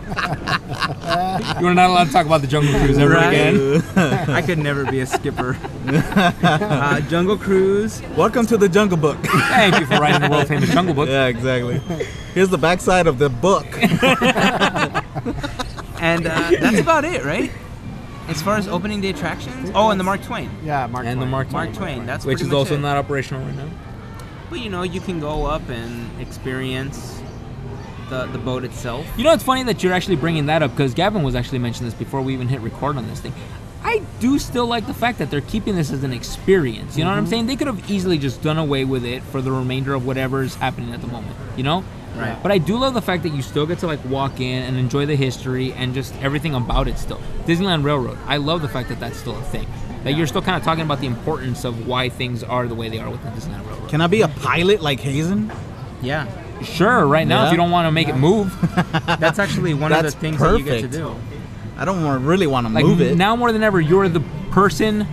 You're not allowed to talk about the Jungle Cruise ever
Right.
again.
I could never be a skipper. Uh, Jungle Cruise.
Welcome to the Jungle
[laughs]
Book.
Thank you for writing the world famous Jungle Book.
yeah, exactly. Here's the backside of the book.
And uh, that's about it, right? As far as opening day attractions? Oh, and the Mark Twain.
Yeah, Mark.
And the
Twain.
Mark Twain.
Mark Twain. That's
Which
pretty
is
much
also
it.
not operational right now.
But you know, you can go up and experience the, the boat itself.
You know, it's funny that you're actually bringing that up because Gavin was actually mentioning this before we even hit record on this thing. I do still like the fact that they're keeping this as an experience. You know what I'm saying? They could have easily just done away with it for the remainder of whatever's happening at the moment, you know?
Right.
But I do love the fact that you still get to like walk in and enjoy the history and just everything about it still. Disneyland Railroad. I love the fact that that's still a thing. That you're still kind of talking about the importance of why things are the way they are within Disneyland Railroad.
Can I be a pilot like Hazen?
Yeah.
Sure, right now
Yeah.
if you don't want to make it move,
That's actually one of
That's
the things that you get
perfect.
to do.
I don't want, really want to
Like
move it.
now more than ever, you're the person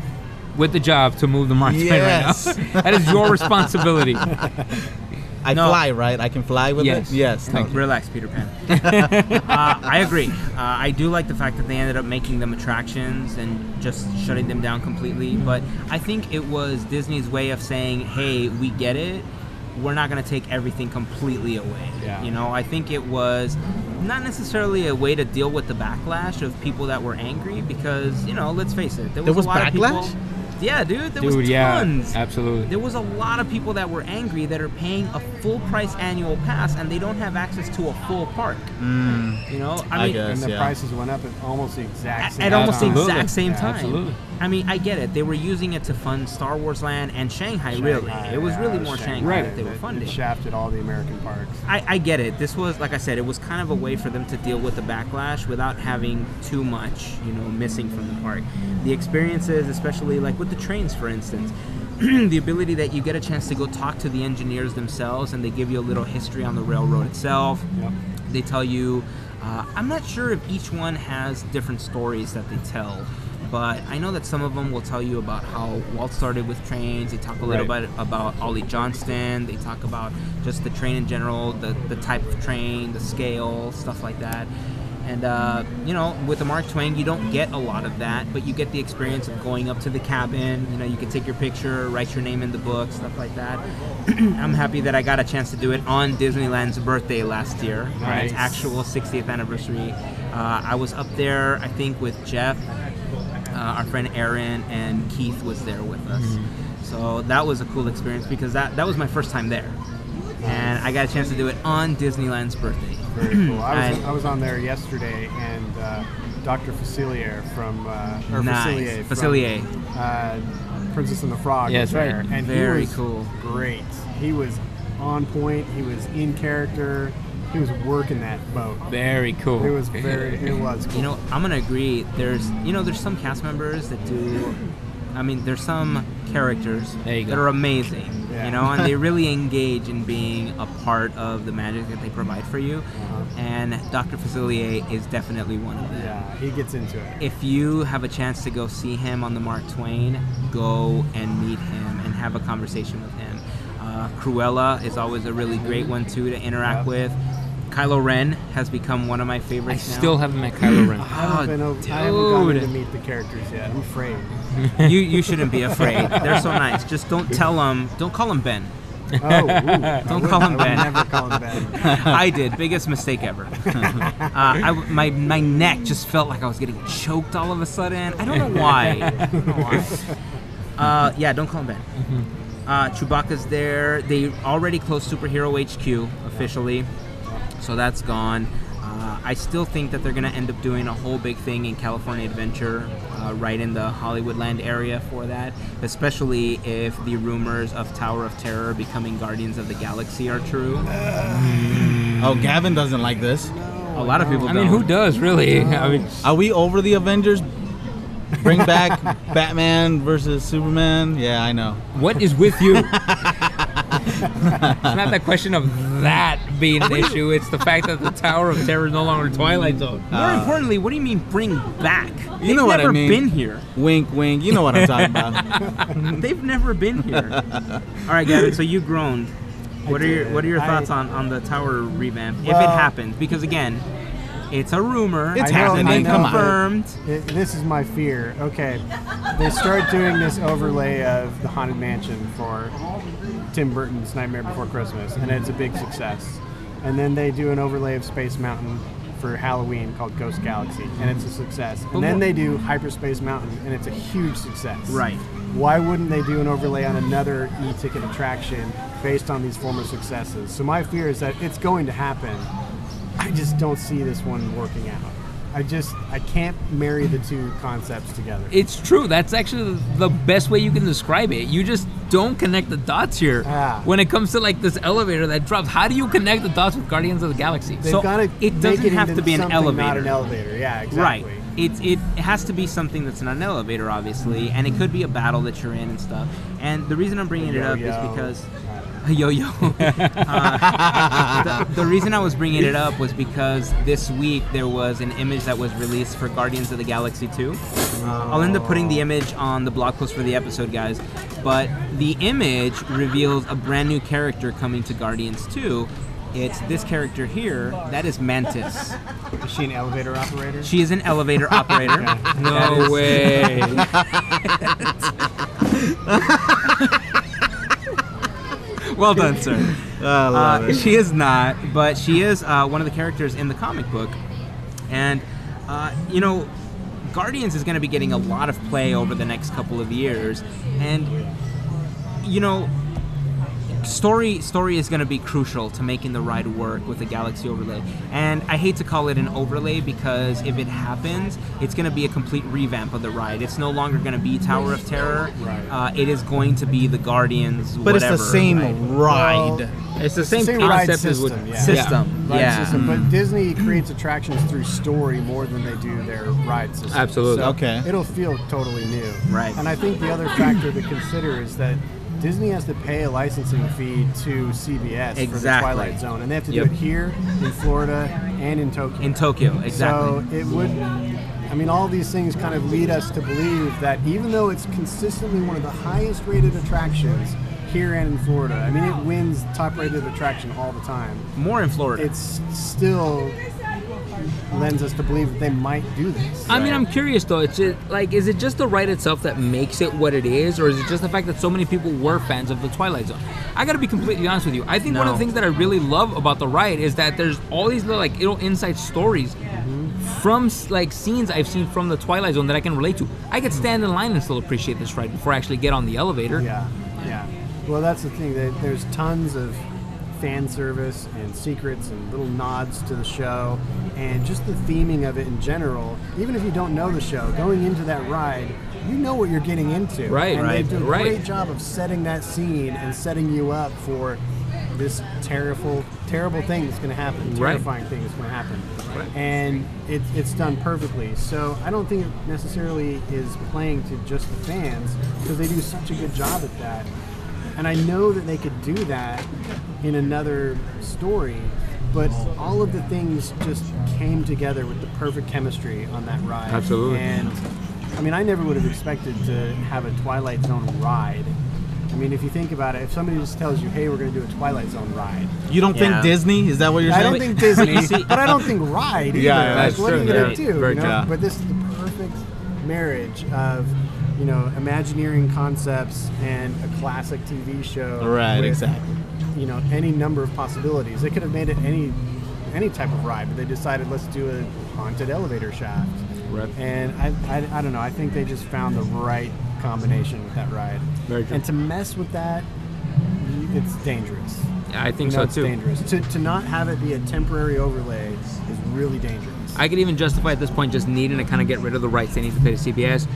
with the job to move the Mark Twain
Yes.
right now. [laughs] that is your responsibility.
I
No.
fly, right? I can fly with
Yes.
it? Yes.
Like, relax, Peter Pan. uh, I agree. Uh, I do like the fact that they ended up making them attractions and just shutting them down completely. But I think it was Disney's way of saying, "Hey, we get it. we're not going to take everything completely away.
Yeah.
You know, I think it was not necessarily a way to deal with the backlash of people that were angry because, you know, let's face it, there was,
was
a lot
backlash?
of people. Yeah, dude, there
Dude,
was
yeah,
tons.
absolutely.
There was a lot of people that were angry that are paying a full price annual pass and they don't have access to a full park. You know, I,
I
mean,
guess.
and the
yeah.
prices went up at almost the exact
at,
same
at almost the
Absolutely.
exact same
Yeah,
time.
absolutely.
I mean, I get it. They were using it to fund Star Wars Land and Shanghai, really. It was
yeah,
really more Shanghai
Right.
that they were
It
funding.
shafted all the American parks.
I, I get it. This was, like I said, it was kind of a way for them to deal with the backlash without having too much, you know, missing from the park. The experiences, especially like with the trains, for instance, [clears throat] the ability that you get a chance to go talk to the engineers themselves and they give you a little history on the railroad itself. They tell you, uh, I'm not sure if each one has different stories that they tell. But I know that some of them will tell you about how Walt started with trains. They talk a little
Right.
bit about Ollie Johnston. They talk about just the train in general, the, the type of train, the scale, stuff like that. And, uh, you know, with the Mark Twain, you don't get a lot of that, but you get the experience of going up to the cabin. You know, you can take your picture, write your name in the book, stuff like that. [clears throat] I'm happy that I got a chance to do it on Disneyland's birthday last year, on its
Nice.
actual 60th anniversary. Uh, I was up there, I think, with Jeff uh, our friend Aaron and Keith was there with us.
Mm-hmm.
So that was a cool experience because that, that was my first time there. And I got a chance to do it on Disneyland's birthday.
Very cool.
[clears throat]
I was,
And-
I was on there yesterday, and uh, Dr. Facilier from uh, or
Nice.
Facilier from,
Facilier.
uh, Princess and the Frog.
Yeah,
was
that's
there,
right.
And
Very
he was
cool.
Great. He was on point. He was in character. He was working that boat.
Very cool.
It was very. It was. Cool.
You know, I'm gonna agree. There's you know, there's some cast members that do. I mean, there's some characters
There you
that
go.
are amazing.
Yeah.
You know,
[laughs]
and they really engage in being a part of the magic that they provide for you.
Uh-huh.
And Dr. Facilier is definitely one of them.
yeah, he gets into it.
if you have a chance to go see him on the Mark Twain, go and meet him and have a conversation with him. Uh, Cruella is always a really great one too to interact with. Kylo Ren has become one of my
I
favorites now.
still haven't met Kylo
[clears throat]
Ren.
I haven't been
Oh,
over, I haven't gotten to
dude.
meet the characters yet. I'm afraid.
you you shouldn't be afraid. They're so nice. Just don't tell them. Don't call him Ben.
Oh, ooh, I
[laughs] Don't
would-
call him
I would
Ben.
never call him
[laughs]
Ben.
I did. Biggest mistake ever. [laughs] Uh, I w my, my neck just felt like I was getting choked all of a sudden. I don't [laughs] know why. I don't know why. [laughs] Uh, yeah, don't call him Ben. Uh, Chewbacca's there. They already closed Superhero HQ officially, so that's gone. Uh, I still think that they're going to end up doing a whole big thing in California Adventure, uh, right in the Hollywoodland area for that, especially if the rumors of Tower of Terror becoming Guardians of the Galaxy are true.
Oh, Gavin doesn't like this.
A lot of people
I mean,
don't.
who does really? I mean,
Are we over the Avengers? Bring
[laughs]
back Batman versus Superman. Yeah, I know.
what is with you? it's not the question of that being an issue. It's the fact that the Tower of Terror is no longer Twilight Zone.
More importantly, what do you mean bring back?
Uh, You know what I mean.
They've never been here.
Wink, wink. You know what I'm talking about.
They've never been
[laughs]
here. All right, Gavin. So you groaned. What are your
did.
What are your
I-
thoughts on, on the tower revamp if it
Well-
happens? Because again, it's a rumor.
It's
It hasn't
happening,
been
come on.
confirmed.
Th- this is my fear. Okay, they start doing this overlay of the Haunted Mansion for Tim Burton's Nightmare Before Christmas, and it's a big success. And then they do an overlay of Space Mountain for Halloween called Ghost Galaxy, and it's a success. And then they do Hyperspace Mountain, and it's a huge success.
Right.
Why wouldn't they do an overlay on another e-ticket attraction based on these former successes? So my fear is that it's going to happen. I just don't see this one working out. I just I can't marry the two concepts together.
It's true. That's actually the best way you can describe it. You just don't connect the dots here.
Ah.
When it comes to like this elevator that drops, how do you connect the dots with Guardians of the Galaxy?
They've
so
gotta
it
make
doesn't have
into
to be an
something Not an
elevator.
elevator. Yeah, exactly.
Right. It, it has to be something that's not an elevator, obviously, and it could be a battle that you're in and stuff. And the reason I'm bringing it up
Yo-yo.
is because [laughs] yo yo. Uh, the, the reason I was bringing it up was because this week there was an image that was released for Guardians of the Galaxy 2. I'll end up putting the image on the blog post for the episode, guys. But the image reveals a brand new character coming to Guardians 2. It's this character here that is Mantis.
Is she an elevator operator?
She is an elevator operator.
no
[laughs]
way.
well done, sir.
I love
Uh,
it.
she is not, but she is uh, one of the characters in the comic book. And, uh, you know, Guardians is going to be getting a lot of play over the next couple of years. And, you know, story story is going to be crucial to making the ride work with the galaxy overlay and i hate to call it an overlay because if it happens it's going to be a complete revamp of the ride it's no longer going to be tower of terror uh, it is going to be the guardians
But it's the same ride.
It's the same,
same ride
concept as
system,
with
yeah.
system
Ride
yeah Mm-hmm.
system, but Disney creates attractions through story more than they do their ride system.
Absolutely.
So
Okay.
It'll feel totally new.
Right.
And I think the other factor to consider is that Disney has to pay a licensing fee to CBS for the
Exactly.
Twilight Zone, and they have to
Yep.
do it here in Florida and in Tokyo.
in Tokyo, exactly.
So it would. I mean, all these things kind of lead us to believe that even though it's consistently one of the highest rated attractions here and in Florida, I mean, it wins top rated attraction all the time.
More in Florida.
It's still lends us to believe that they might do this.
I mean, I'm curious though. It's just, like, is it just the ride itself that makes it what it is, or is it just the fact that so many people were fans of the Twilight Zone? I gotta be completely honest with you. I think one of
No.
the things that I really love about the ride is that there's all these little, like little inside stories from like scenes I've seen from the Twilight Zone that I can relate to. I could stand in line and still appreciate this ride before I actually get on the elevator.
Yeah, yeah. Well, that's the thing. That there's tons of fan service and secrets and little nods to the show, and just the theming of it in general. Even if you don't know the show, going into that ride, you know what you're getting into.
Right,
and
right,
They do a
right.
great job of setting that scene and setting you up for this terrible, terrible thing that's going to happen.
Right.
Terrifying thing that's going to happen. And it, it's done perfectly. So I don't think it necessarily is playing to just the fans because they do such a good job at that. And I know that they could do that in another story, but all of the things just came together with the perfect chemistry on that ride.
Absolutely.
And I mean, I never would have expected to have a Twilight Zone ride. I mean, if you think about it, if somebody just tells you, "Hey, we're going to do a Twilight Zone ride,"
You don't
Yeah.
think Disney? Is that what you're
I
saying?
don't think Disney, but I don't think Ride either.
[laughs] Yeah, yeah,
Like,
that's
what are
true.
you gonna
Yeah.
do? you
Very
know?
true.
But this is the perfect marriage of you know Imagineering concepts and a classic TV show.
Right,
with,
exactly.
You know, any number of possibilities. They could have made it any any type of ride, but they decided let's do a haunted elevator shaft.
Right.
And I, I, I don't know. I think they just found the right combination with that ride.
Very true.
And to mess with that, you- it's dangerous.
I think
No,
so
it's
too.
dangerous. To, to not have it be a temporary overlay is really dangerous.
I could even justify at this point just needing to kind of get rid of the rights they need to pay to CBS.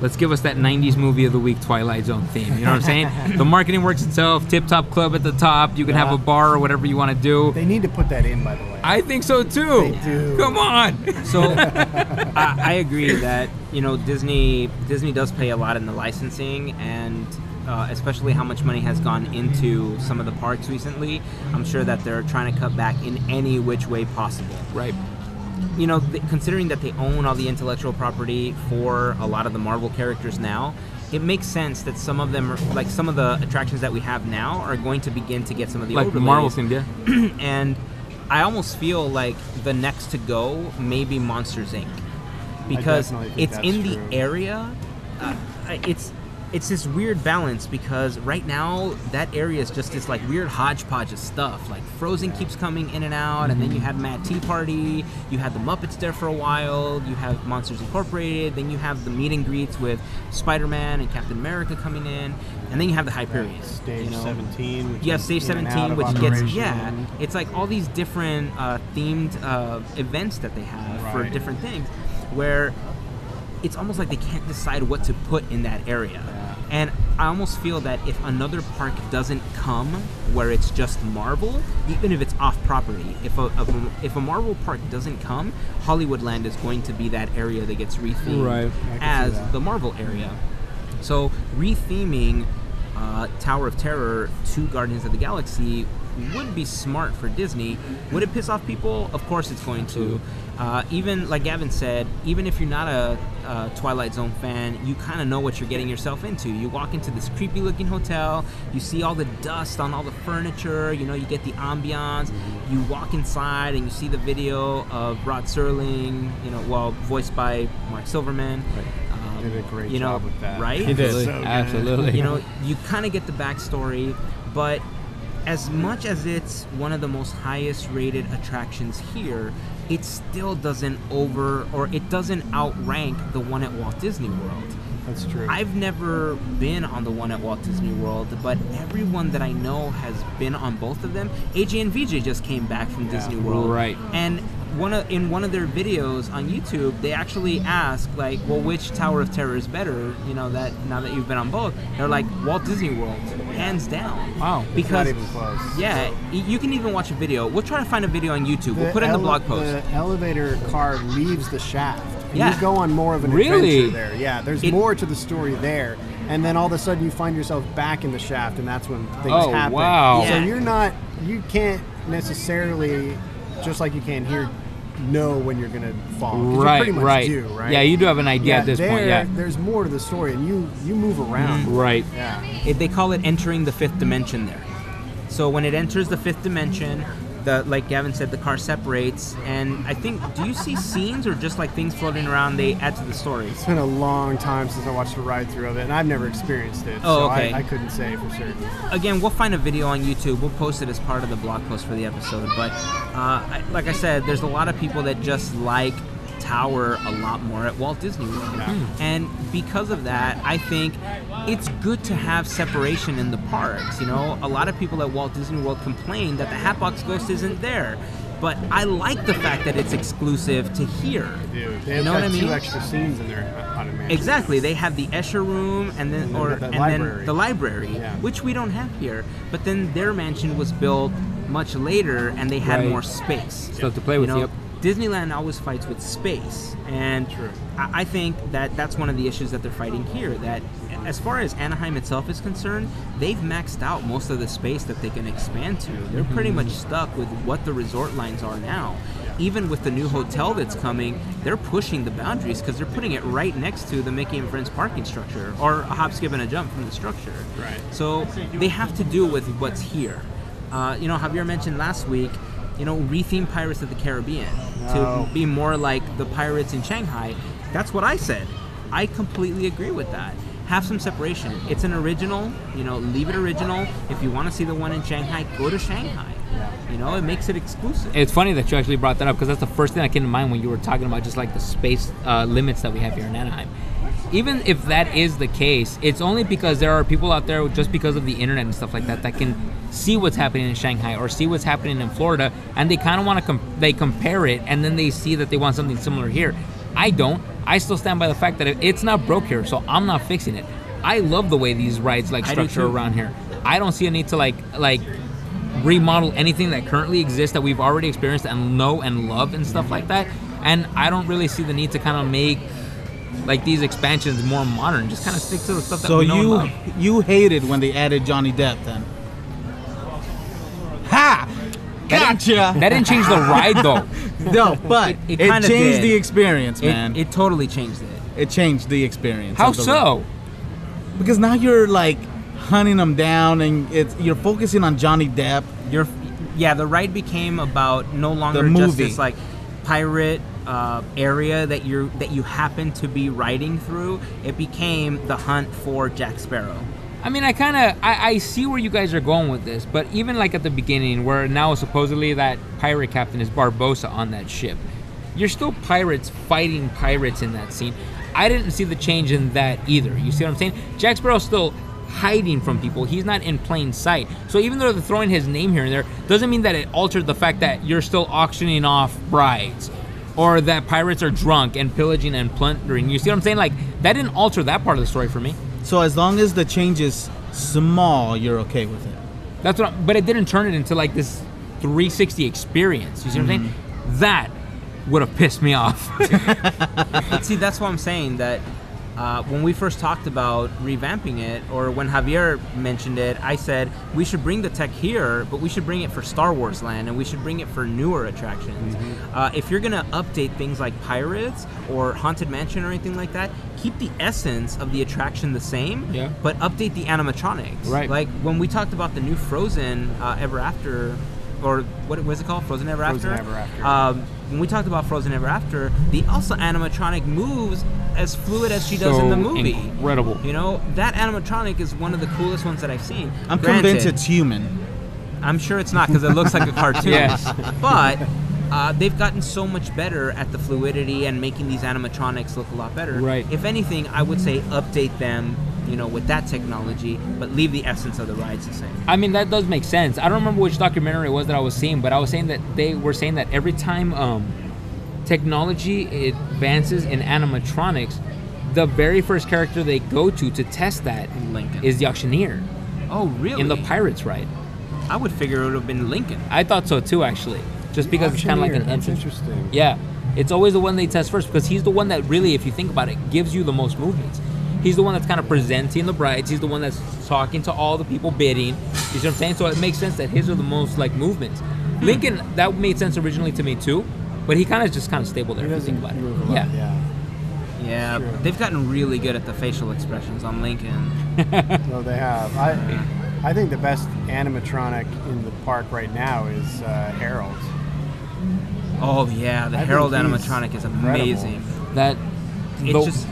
Let's give us that 90s movie of the week Twilight Zone theme. You know what I'm
[laughs]
saying? the marketing works itself, tip top club at the top. You can have a bar or whatever you want to do.
They need to put that in, by the way.
I think so too.
They do.
Come on.
So I, I agree that you know Disney Disney does pay a lot in the licensing and uh, especially how much money has gone into some of the parks recently. I'm sure that they're trying to cut back in any which way possible.
[laughs] Right.
You know, th- considering that they own all the intellectual property for a lot of the Marvel characters now. It makes sense that some of them, are, like some of the attractions that we have now, are going to begin to get some of the
Like the
overlays.
Marvel theme, yeah.
and I almost feel like the next to go may be Monsters Inc. because
definitely think
it's
that's
in
true.
the area. Uh, it's it's this weird balance because right now that area is just this like weird hodgepodge of stuff. Like Frozen keeps coming in and out, and then you had Mad Tea Party, you had the Muppets there for a while, you have Monsters Incorporated, then you have the meet and greets with Spider-Man and Captain America coming in, and then you have the Hyperion.
Stage
you know?
17. Which
Yeah,
is
Save
in and
17,
out of
which gets
operation.
yeah. It's like all these different uh, themed uh, events that they have for
Right.
different things, where it's almost like they can't decide what to put in that area. And I almost feel that if another park doesn't come where it's just Marvel, even if it's off property, if a, if a, if a Marvel park doesn't come, Hollywoodland is going to be that area that gets rethemed
Right.
as the Marvel area. So retheming uh, Tower of Terror to Guardians of the Galaxy would be smart for Disney. Would it piss off people? Of course, it's going to. Uh, even like Gavin said, even if you're not a, uh Twilight Zone fan, you kind of know what you're getting yourself into. You walk into this creepy-looking hotel, you see all the dust on all the furniture. You know, you get the ambiance. You walk inside and you see the video of Rod Serling. You know, well, voiced by Mark Silverman. Um,
Did a great
you know,
job with that. [laughs]
right?
He did. So good.
Absolutely.
you know, you kind of get the backstory, but as much as it's one of the most highest rated attractions here, it still doesn't over or it doesn't outrank the one at Walt Disney World.
That's true.
I've never been on the one at Walt Disney World, but everyone that I know has been on both of them. AJ and VJ just came back from Disney World,
right.
And one of, in one of their videos on YouTube, they actually asked like, "Well, which Tower of Terror is better?" You know that now that you've been on both, they're like Walt Disney World, hands down.
Wow. It's
because
even close.
yeah, y- you can even watch a video. We'll try to find a video on YouTube.
The
We'll put it in the
ele-
blog post.
The elevator car leaves the shaft. And
Yeah.
You go on more of an
Really?
adventure there. Yeah, there's
It-
more to the story there. And then all of a sudden you find yourself back in the shaft and that's when things
Oh,
happen.
wow.
So
Yeah.
you're not you can't necessarily just like you can here know when you're gonna fall. 'cause you
Right,
pretty much
right.
do, right.
Yeah, you do have an idea at this
there,
point. Yeah. Mm-hmm.
There's more to the story and you you move around.
Right.
Yeah.
it, they call it entering the fifth dimension there. So when it enters the fifth dimension, the like Gavin said, the car separates, and I think do you see scenes or just like things floating around? They add to the story.
It's been a long time since I watched a ride through of it and I've never experienced it.
Oh,
so I-
okay.
I, couldn't say for sure.
Again, we'll find a video on YouTube. We'll post it as part of the blog post for the episode. But uh, I, like I said, there's a lot of people that just like Tower a lot more at Walt Disney World, and because of that, I think it's good to have separation in the parks. You know, a lot of people at Walt Disney World complain that the Hatbox Ghost isn't there. But I like the fact that it's exclusive to here.
Dude,
You
they've
know
got
what I mean?
two extra scenes in there on a mansion.
Exactly. They have the Escher room and then
And
or
they've got
and
Mm, the
then
library.
the library,
Yeah.
which we don't have here. But then their mansion was built much later and they had
Right.
more space.
Stuff to play with, yep.
Disneyland always fights with space, and
True.
I, I think that that's one of the issues that they're fighting here. That, as far as Anaheim itself is concerned, they've maxed out most of the space that they can expand to. They're pretty much
Mm-hmm.
stuck with what the resort lines are now. Even with the new hotel that's coming, they're pushing the boundaries because they're putting it right next to the Mickey and Friends parking structure, or a hop, skip, and a jump from the structure.
Right.
So they have to do with what's here. Uh, you know, Javier mentioned last week, you know, retheme Pirates of the Caribbean
No.
to be more like the pirates in Shanghai. That's what I said. I completely agree with that. Have some separation. It's an original, you know, leave it original. If you want to see the one in Shanghai, go to Shanghai. You know, it makes it exclusive.
It's funny that you actually brought that up because that's the first thing that came to mind when you were talking about just like the space uh, limits that we have here in Anaheim. Even if that is the case, it's only because there are people out there just because of the internet and stuff like that that can see what's happening in Shanghai or see what's happening in Florida, and they kind of want to com- they compare it and then they see that they want something similar here. I don't. I still stand by the fact that it- it's not broke here, so I'm not fixing it. I love the way these rides like
I do
structure
too.
around here. I don't see a need to like like remodel anything that currently exists that we've already experienced and know and love and stuff like that. And I don't really see the need to kind of make like these expansions more modern. Just kind of stick to the stuff that
So
we know and
you
love.
you hated when they added Johnny Depp then? Ha! Gotcha.
That didn't change the ride though.
no, but
it
it,
kinda did.
changed the experience, man.
It,
It,
it totally changed it.
changed the experience.
How
of the-
so?
Because now you're like hunting them down, and it's you're focusing on Johnny Depp.
Your, yeah, the ride became about no longer just
movie.
this like pirate uh, area that you are that you happen to be riding through. It became the hunt for Jack Sparrow.
I mean, I kind of I, I see where you guys are going with this, but even like at the beginning, where now supposedly that pirate captain is Barbosa on that ship, you're still pirates fighting pirates in that scene. I didn't see the change in that either. You see what I'm saying? Jack Sparrow's still hiding from people. He's not in plain sight. So even though they're throwing his name here and there, doesn't mean that it altered the fact that you're still auctioning off brides or that pirates are drunk and pillaging and plundering. You see what I'm saying? Like that didn't alter that part of the story for me.
So as long as the change is small, you're okay with it.
That's what. I'm, but it didn't turn it into like this 360 experience. You see what I'm
Mm-hmm.
saying? That would have pissed me off.
[laughs] But see, that's what I'm saying that uh, when we first talked about revamping it, or when Javier mentioned it, I said we should bring the tech here, but we should bring it for Star Wars Land, and we should bring it for newer attractions.
Mm-hmm.
Uh, if you're gonna update things like Pirates or Haunted Mansion or anything like that, keep the essence of the attraction the same,
Yeah.
but update the animatronics.
Right.
Like when we talked about the new Frozen uh, Ever After. Or what was it called? Frozen Ever
Frozen
After.
Ever After.
Um, when we talked about Frozen Ever After, the Elsa animatronic moves as fluid as she does in the
So
movie.
incredible.
You know, that animatronic is one of the coolest ones that I've seen.
I'm
Granted,
convinced it's human.
I'm sure it's not because it looks like a cartoon.
Yes.
But uh, they've gotten so much better at the fluidity and making these animatronics look a lot better.
Right.
If anything, I would say update them, you know, with that technology, but leave the essence of the rides the same.
I mean, that does make sense. I don't remember which documentary it was that I was seeing, but I was saying that they were saying that every time um, technology advances in animatronics, the very first character they go to to test that is
Lincoln.
the auctioneer
oh, really?
in the Pirates ride.
I would figure it would have been Lincoln.
I thought so too, actually, just because it's kind of like
Auctioneer,
an
that's
entrance.
interesting.
Yeah, it's always the one they test first because he's the one that really, if you think about it, gives you the most movements. He's the one that's kind of presenting the brides. He's the one that's talking to all the people bidding. You see what I'm saying? So it makes sense that his are the most like movements.
Hmm.
Lincoln, that made sense originally to me too, but he kind of just kind of stable there.
He
If you think
doesn't
about it,
move a lot.
yeah.
yeah.
Yeah.
True.
They've gotten really good at the facial expressions on Lincoln.
No, they have. I, I think the best animatronic in the park right now is uh, Harold.
Oh yeah, the
I think
Herald
he's
animatronic is
incredible.
amazing.
That
It's
the-
just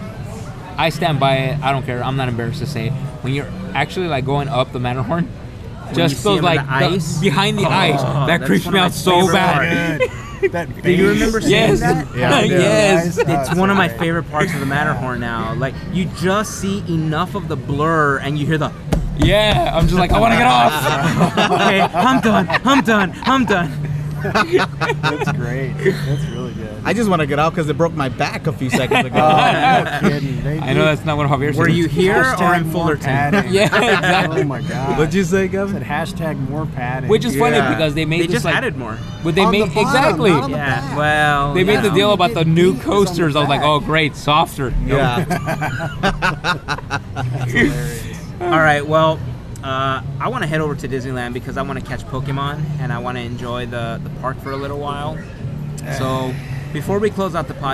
I stand by it. I don't care. I'm not embarrassed to say it. when you're actually like going up the Matterhorn,
you see
just
him
those
in
like
the
the-
ice?
behind the
Oh,
ice that
that's
creeps
one
me
of my
out so
favorite
bad.
parts.
[laughs] that
Do you remember seeing
Yes.
that?
Yeah,
[laughs]
I do.
Yes.
Nice.
It's
Oh,
one of my
sorry.
favorite parts of the Matterhorn now. Like you just see enough of the blur and you hear the [laughs]
Yeah, I'm just like, I want to
[laughs]
get off.
okay, I'm done, I'm done, I'm done.
That's great. That's really good.
I just want to get out because it broke my back a few seconds ago.
Oh, no kidding. They
I
[laughs]
know that's not what Javier said.
Were you here or
Hashtag
in
more
Fullerton?
padding.
Yeah, exactly.
Oh my god.
What'd you say,
I said
Gavin?
hashtag more padding.
Which is
Yeah.
funny because they made
They
this
just
like,
added more.
Would they
On
make
the bottom,
exactly?
not on the
Yeah. Well,
They made
you
the
know.
deal
They
about the
did
new
beat us on the
coasters. I was like,
back.
oh great, softer.
Yeah.
All right, well, uh, I want to head over to Disneyland because I want to catch Pokemon and I want to enjoy the, the park for a little while. So, before we close out the [laughs]
Wow.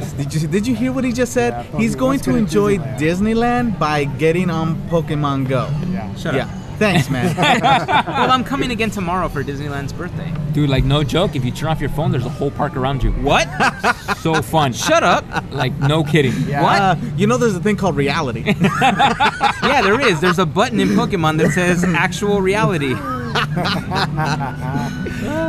podcast,
Did you did you hear what he just said?
Yeah, Pokemon-
He's going
let's
to
go to
enjoy Disneyland.
Disneyland.
by getting on Pokemon Go.
Yeah.
shut
Yeah.
up.
Thanks, man.
Well, I'm coming again tomorrow for Disneyland's birthday.
Dude, like no joke. If you turn off your phone, there's a whole park around you.
What?
[laughs]
So fun.
Shut up.
Like no kidding.
Yeah.
Uh, you know, there's a thing called reality.
Yeah, there is. There's a button in Pokemon that says actual reality. All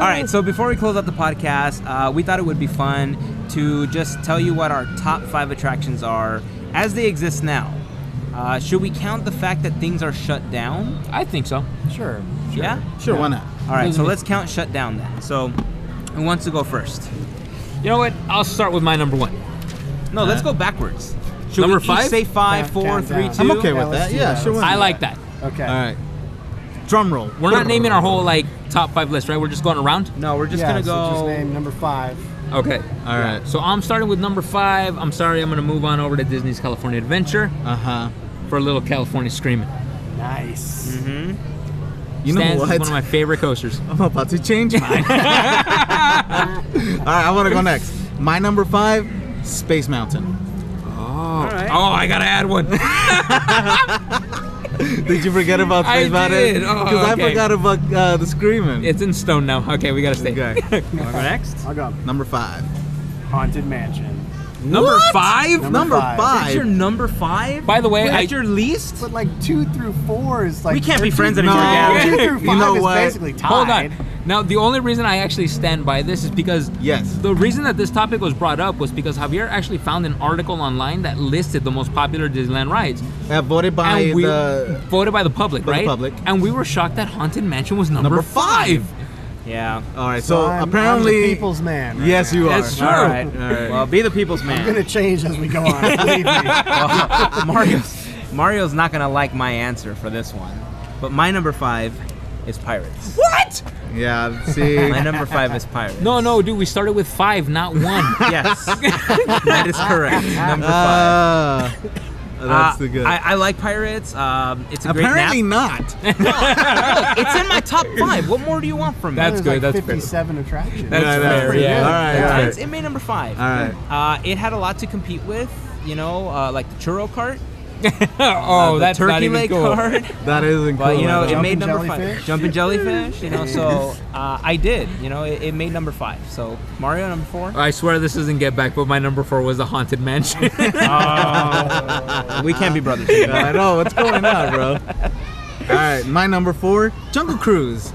right, so before we close out the podcast, uh, we thought it would be fun to just tell you what our top five attractions are as they exist now. Uh, should we count the fact that things are shut down?
I think so.
Sure.
Yeah?
Sure, why not?
All right, so
Doesn't make-
let's count shut down then. So, who wants to go first?
You know what? I'll start with my number one.
No, let's go backwards. Should
Number
we each
five?
say five,
Count-
four,
count
three,
down.
two?
I'm okay with
let's
that.
do
Yeah,
that.
sure. why
I
not?
like that.
Okay.
All right. Drum roll.
We're not naming our whole like top five list, right? We're just going around.
No, we're just
yeah,
gonna
So
go.
just name number five.
Okay.
All right.
So I'm starting with number five. I'm sorry. I'm gonna move on over to Disney's California Adventure
Uh huh.
for a little California screaming.
Nice.
You know
Stands is
what?
one of my favorite coasters.
I'm about to change mine. [laughs] All right, I want to go next. My number five, Space Mountain.
All right.
Oh, I gotta add one.
[laughs] Did you forget about
I
Space Mountain?
did. Oh,
Because I
okay.
forgot about uh, the screaming.
it's in stone now. Okay, we gotta
[laughs]
stay.
okay.
Wanna go next.
I'll go
number five.
haunted mansion.
Number five.
Number
Number
five.
five.
That's your number five?
By the way,
Wait,
I-
that's your least?
But like two through four is like
We can't be
they're
friends
two-
anymore,
No,
Gavin.
[laughs] two through
You
five
know
is
what?
basically tied.
Hold on. Now, the only reason I actually stand by this is because
Yes.
the reason that this topic was brought up was because Javier actually found an article online that listed the most popular Disneyland rides,
Uh, voted by
and we
the.
voted by the public,
by the
right?
public.
And we were shocked that Haunted Mansion was number,
Number five.
Yeah.
All right. So,
I'm- I'm the
apparently.
people's man. right
yes,
now.
you are.
That's true.
All right.
right.
Well, be the people's
I'm gonna
man.
change as we go on. believe
[laughs]
me.
Mario's, Mario's not going to like my answer for this one. But my number five is Pirates.
What?
[laughs]
Yeah. See.
My number five is Pirates.
No, no, dude. We started with five,
[laughs]
not one.
Yes. that is correct. Number five.
Ah. Uh, that's
Uh,
the good.
I, I like Pirates. Um, it's a
apparently
great nap.
not.
It's in my top five. What more do you want from me?
That's
There's like
good, that's fair.
57 attractions.
That's
Yeah,
fair,
pretty
yeah.
good. All right.
That's
all
why
right.
it's- It made number five.
All right.
Uh, it had a lot to compete with, you know, uh, like the churro cart,
oh,
Uh,
Uh,
the
that's
turkey
not even
leg
cool.
cart.
That isn't
[laughs]
cool.
But you know, it
Jumping
made number
jellyfish?
five. Jumping jellyfish, you know.
[laughs]
So uh, I did, you know, it, it made number five. So Mario number four.
I swear this isn't Get Back, but my number four was the Haunted Mansion. [laughs]
Uh, we can't be brothers. anymore. [laughs]
I know what's going on, bro. All right, my number four, Jungle Cruise.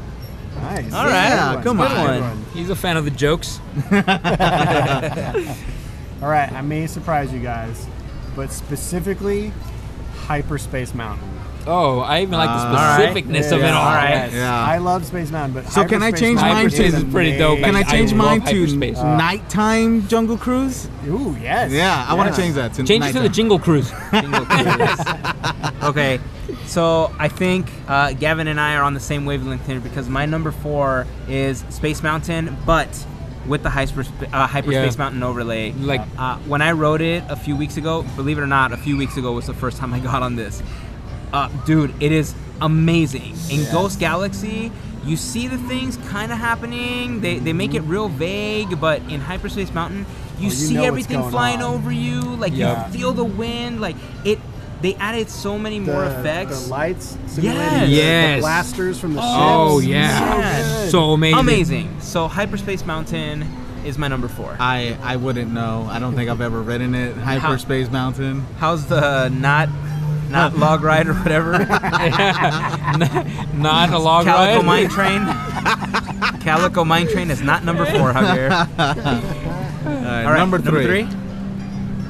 Nice.
All right.
Yeah,
Good
come
one.
on.
Good one.
He's a fan of the jokes.
All right, I may surprise you guys, but specifically, Hyperspace Mountain.
Oh, I even like
Uh,
the
all
right.
specificness of it
Yeah,
all.
all right.
Yes.
Yeah.
I love Space Mountain, but
So can I
Hyperspace
change
Mountain
mine to-
Hyperspace is pretty dope.
Can I
I
change
love
mine to
hyperspace.
nighttime jungle cruise?
Ooh, yes.
Yeah, I want
Yeah.
to change that to
Change it to the
nighttime.
Jingle Cruise.
[laughs]
[laughs]
okay, so I think uh, Gavin and I are on the same wavelength here because my number four is Space Mountain, but with the hyper, uh, hyperspace
Yeah.
mountain overlay.
Like-
uh, when I rode it a few weeks ago, believe it or not, a few weeks ago was the first time I [laughs] got on this. Uh, dude, it is amazing. In Ghost Galaxy, you see the things kind of happening. They, they make it real vague, but in Hyperspace Mountain, you,
you
see
know what's
everything
going
flying
on.
over you. Like
Yeah.
you feel the wind. Like it. They added so many
The,
more effects.
The lights.
Yes.
simulated, the-
Yes.
The blasters from the
Oh,
ships.
yeah.
So
good.
So amazing. [laughs]
Amazing. So Hyperspace Mountain is my number four.
Uh,
I, I wouldn't know. I don't think I've ever ridden it. Hyperspace Mountain.
How's the not
[laughs]
not log ride or whatever?
Not a log
Calico
ride.
Mine Train.
[laughs]
Calico Mine Train is not number four, Javier.
All
All right,
number three.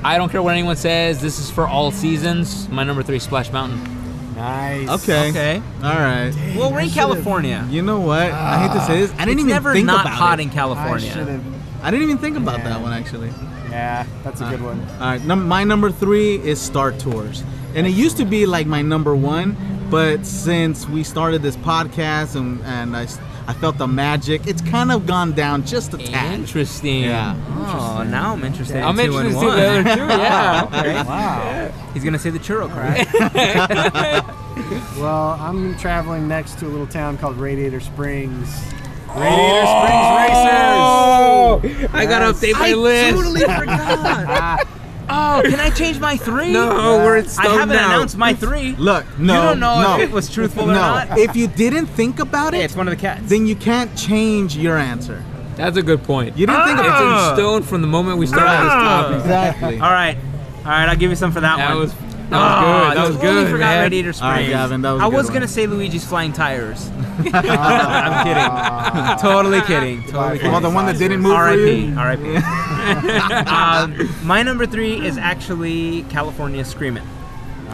I don't care what anyone says. This is for all seasons. My number three, Splash Mountain.
Nice.
Okay.
Okay.
All right.
Well, we're in
should've-
California.
You know what? I hate to say this. I didn't
it's
even
never
think
not
about
hot
it.
in
I should
California.
have.
I didn't even think about
Yeah.
that one actually.
Yeah, that's a good one.
All right, num- my number three is Star Tours, and it used to be like my number one, but since we started this podcast and and I, s- I felt the magic, it's kind of gone down just a tad.
Interesting.
Ah. Yeah.
Oh, now I'm interested. in
I'm
two and
interested to see
one.
the other two. Yeah.
Wow.
[laughs] He's gonna say the churro crack.
well, I'm traveling next to a little town called Radiator Springs. Radiator Springs Racers.
Oh, I [laughs] gotta update my list. [laughs]
forgot. oh, can I change my three?
No, we're at
I haven't
Stone now.
announced my three.
Look, no,
you don't know
no,
if it was truthful or
no.
not.
If you didn't think about
Hey,
it,
it's one of the cats.
then you can't change your answer.
That's a good point.
You didn't think
it's
about
Ah.
in stone from the moment we started
Ah.
this topic.
exactly.
All right, all right. I'll give you some for that,
That
one.
was that
Ah,
was good. That was
totally
good,
Forgot
man.
Radiator
All
Springs.
right, Gavin, that was a
I
good
was
one.
gonna say Luigi's flying tires. [laughs] Ah. I'm kidding. totally kidding. Totally kidding.
Well, the one that didn't move for
R.I.P.
you.
R.I.P. [laughs] um, my number three is actually California Screamin'.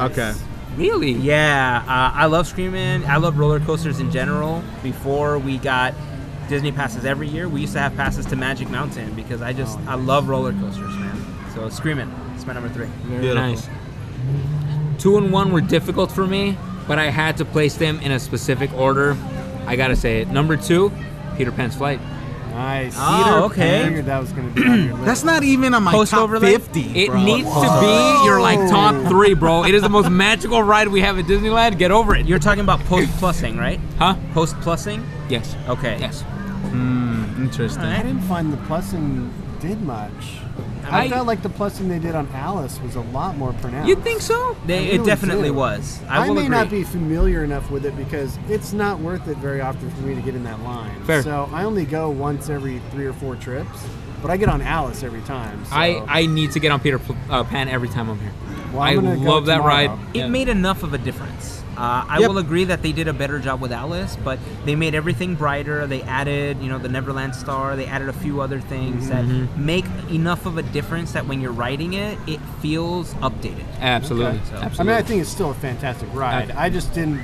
Okay.
Really?
Yeah, uh, I love Screamin'. I love roller coasters in general. Before we got Disney passes every year, we used to have passes to Magic Mountain because I just I love roller coasters, man. So Screamin', it's my number three.
Beautiful.
Nice. Two and one were difficult for me, but I had to place them in a specific order. I gotta say it. Number two, Peter Pan's flight.
Nice.
Oh,
Peter
okay.
I figured that was going to be on
[clears throat]
your list.
That's not even on my
Post
top
overlay?
50.
It
bro.
needs to be your like
Oh.
top three, bro. It is the most magical ride we have at Disneyland. Get over it.
You're talking about post plusing, right?
huh?
Post plusing?
Yes.
Okay.
Yes.
Interesting.
All
I didn't find the plussing did much. I,
I-
felt like the plussing they did on Alice was a lot more pronounced.
You think so?
They,
I
it
really
definitely
do.
was. I,
I,
will
may
agree.
not be familiar enough with it because it's not worth it very often for me to get in that line.
Fair.
So I only go once every three or four trips, but I get on Alice every time. So.
I, I need to get on Peter uh, Pan every time I'm here.
Well,
I
I'm gonna go
love that
tomorrow.
ride.
It
Yeah.
made enough of a difference. Uh, I
Yep.
will agree that they did a better job with Alice, but they made everything brighter. They added, you know, the Neverland Star. They added a few other things that make enough of a difference that when you're writing it, it feels updated.
absolutely.
Okay.
absolutely.
I mean, I think it's still a fantastic ride.
Okay.
I just didn't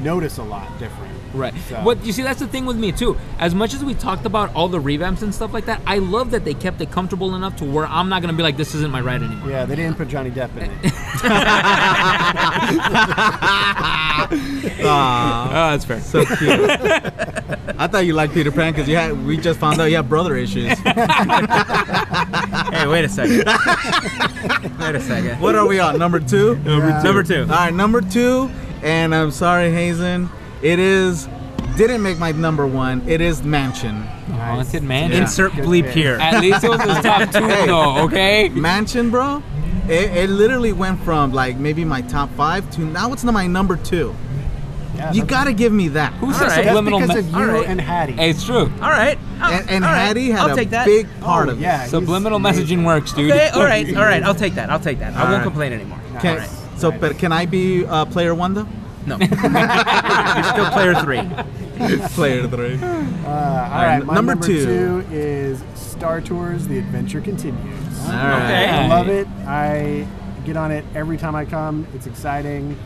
notice a lot different.
Right.
So-
What you see, that's the thing with me too. As much as we talked about all the revamps and stuff like that, I love that they kept it comfortable enough to where I'm not gonna be like, this isn't my ride anymore.
Yeah, they didn't put Johnny Depp in it.
Aw,
Oh, that's fair.
so cute. I thought you liked Peter Pan because you had. We just found out you have brother issues.
[laughs] [laughs] hey, wait a second. wait a second.
What are we on? Number two? Number
Yeah. two.
Number two.
All right, number two, and I'm sorry, Hazen. It is didn't make my number one. It is Mansion.
Haunted man.
Yeah.
Insert
Good
bleep
pick.
here.
At least it was his top two
Hey. [laughs]
though, okay?
Mansion, bro. It, it literally went from like maybe my top five to now it's my number two.
Yeah,
You
that's-
gotta give me that.
Who
right.
says
That's
that's
subliminal
because
me-
of you
All right.
and Hattie.
Hey, it's true.
All right. Oh,
And, and
all right.
Hattie had
I'll
a
take that.
big
Oh,
part of it.
yeah, he's
Subliminal
amazing.
messaging works, dude.
Okay, all right, all right. I'll take that. I'll take that. I
All
won't
right.
complain anymore.
Can,
All right.
So, but can I be uh, player one though?
No. You're still player three.
Player three.
Uh, all right, my
number
number,
two.
two. is Star Tours: The Adventure Continues.
All right.
Okay.
I love it. I get on it every time I come. It's exciting.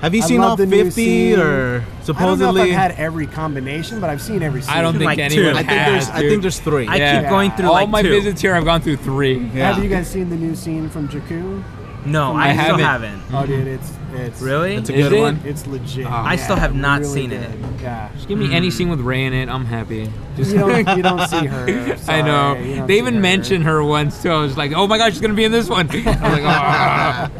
Have you
I
seen
love
all
the new
fifty
scene.
or
I don't know if
supposedly?
I've had every combination, but I've seen every. Scene.
[laughs] I don't think
Like
anyone
two.
I
has.
think there's. I think
dude.
there's three.
I
Yeah.
keep going through
all
like
my
two.
visits here. I've gone through three.
yeah.
Have you guys seen the new scene from Jakku?
No, I,
I
still
haven't.
haven't.
Oh, dude, it's it's
Really?
Mm-hmm. That's a
Is
good
it?
one.
It's legit.
I still have not
really
seen
good.
it.
Yeah.
Just give me any scene with Ray in it. I'm happy. Just
You
[laughs]
don't, you don't see her.
I
Sorry,
know.
you don't
They
see
even
her.
mentioned her once too. I was like, oh my gosh, she's gonna be in this one. [laughs] I was like, ah.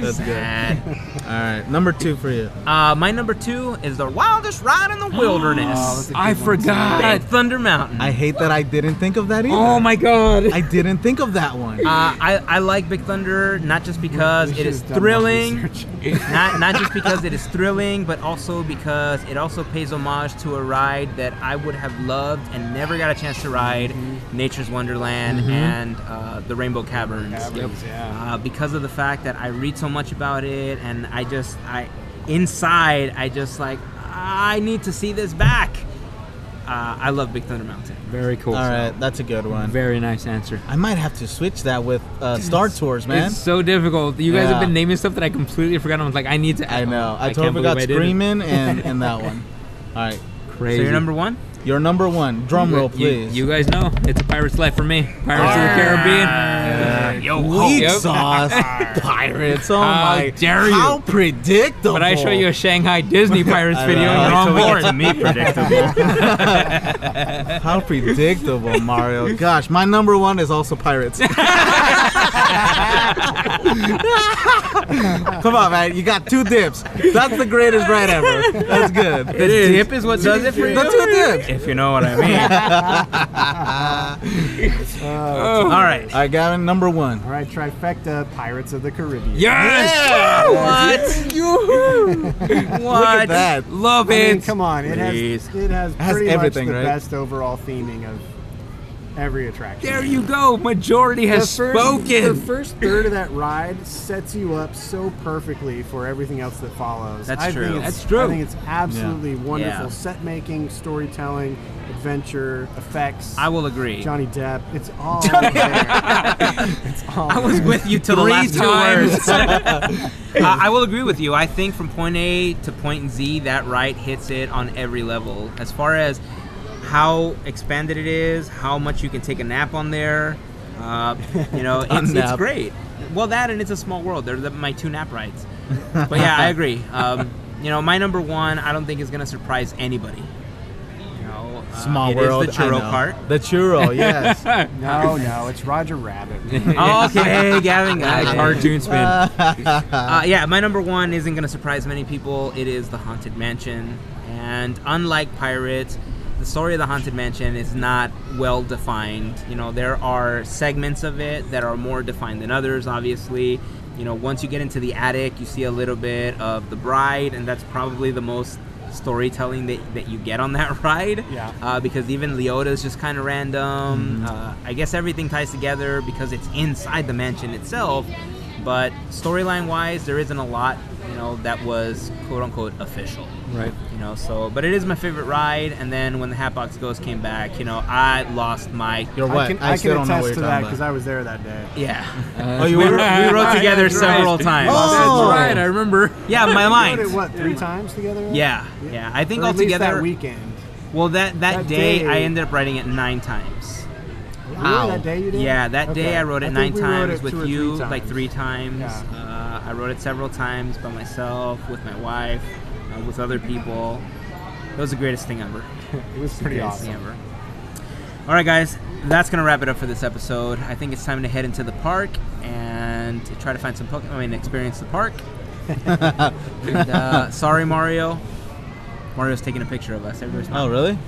That's good.
Nah.
All right, number two for you.
Uh, my number two is the wildest ride in the
Oh, that's
wilderness
a good
I
one, too.
at
forgot.
Thunder Mountain.
I hate that I didn't think of that either.
Oh my god.
I didn't think of that one.
Uh, I, I like Big Thunder not just because
We
it
should've
is
done more
thrilling,
research.
not not just because it is thrilling, but also because it also pays homage to a ride that I would have loved and never got a chance to ride, Nature's Wonderland and uh, the Rainbow Caverns.
Caverns, yeah.
Uh, because of the fact that I read so much about it, and I just I inside I just like I need to see this back. Uh, I love Big Thunder Mountain.
Very cool.
All right, that's a good one.
Very nice answer.
I might have to switch that with uh, Star Tours, man.
It's so difficult. You guys have
Yeah.
been naming stuff that I completely forgot. I was like, I need to.
I know. I,
can't
totally
believe
forgot
I did it.
Screaming and,
[laughs]
and that one. All right,
Crazy.
So you're number one.
your number one. Drum
You-
roll,
you-
please.
You, guys know it's a pirate's life for me. Pirates of the Caribbean.
Yo,
Weak
Yep. [laughs]
sauce, pirates. Oh
How
my!
dare you.
How predictable!
But I show you a Shanghai Disney Pirates
I
video,
know.
you're on
So Uh, we
board.
get to me [laughs] predictable.
[laughs] How predictable,
[laughs]
Mario. Gosh, my number one is also pirates. Come on, man. You got two dips. That's the greatest ride ever. That's good.
The dip is what does it for you.
The two dips.
If you know what I mean.
Oh.
All right.
All right, Gavin, number one.
All right, trifecta: Pirates of the Caribbean.
Yes!
What?
Look
what?
at that.
Love
I mean,
it.
come on, it has
Please.
it has
has
pretty
everything,
much the
right?
best overall theming of every attraction.
there you go. Majority
The
has
first, The
spoken.
first
[laughs]
third of that ride sets you up so perfectly for everything else that follows.
That's
I think
true.
it's-
That's true.
I think it's absolutely wonderful
Yeah.
set making, storytelling, adventure, effects.
I will agree.
Johnny Depp. It's
[laughs]
all there. it's all
I was with you till the
Three
last two
times.
words. Uh, [laughs] I will agree with you. I think from point A to point Z, that right hits it on every level. As far as how expanded it is, how much you can take a nap on there, uh, you [laughs] know, it's, it's
nap.
great. Well, that and it's a small world. They're the, my two nap rides. But yeah, [laughs] I agree. Um, you know, my number one, I don't think is going to surprise anybody. You know, uh,
Small
it is
world.
the
I
churro [laughs]
know.
cart.
The churro, yes.
No, no, it's Roger
[laughs]
Rabbit.
[laughs]
okay, Gavin got it.
Oh, Cartoon spin.
Uh, yeah, my number one isn't going to surprise many people. It is The Haunted Mansion. And unlike Pirates, the story of The Haunted Mansion is not well defined. You know, there are segments of it that are more defined than others, obviously. You know, once you get into the attic, you see a little bit of The Bride, and that's probably the most storytelling that, that you get on that [laughs] ride
Yeah.
uh, because even Leota's just kind of random. Uh, I guess everything ties together because it's inside the mansion itself. But storyline wise, there isn't a lot, you know, that was quote unquote official.
Right.
You know, so but it is my favorite ride. And then when the Hatbox Ghost came back, you know, I lost my
You're
I
what?
can, I,
still
can
don't know what
attest
you're
to that
talking
because
about.
I was there that day.
[laughs]
[laughs]
yeah.
oh, you
We,
were?
were, we rode
[laughs] Right,
together
that's
several
right.
times.
Oh.
That's right. I remember.
Yeah, my
We did
mind.
it, what three times together?
Yeah, yeah. I think
Or at least
altogether.
that weekend.
well, that that,
That
day,
day-
I ended up riding it nine times.
Wow.
Really, that day you did?
Yeah, that day
Okay.
I wrote it
I
nine
think we wrote
times
it
with
two or
you,
three times.
like three times.
Yeah.
Uh, I wrote it several times by myself, with my wife, uh, with other people. It was the greatest thing ever.
It was pretty
Greatest thing
awesome.
ever. All right, guys, that's gonna wrap it up for this episode. I think it's time to head into the park and to try to find some Pokemon. I mean, experience the
[laughs]
park. and, uh, sorry, Mario. Mario's taking a picture of us. Everybody's
Oh, really?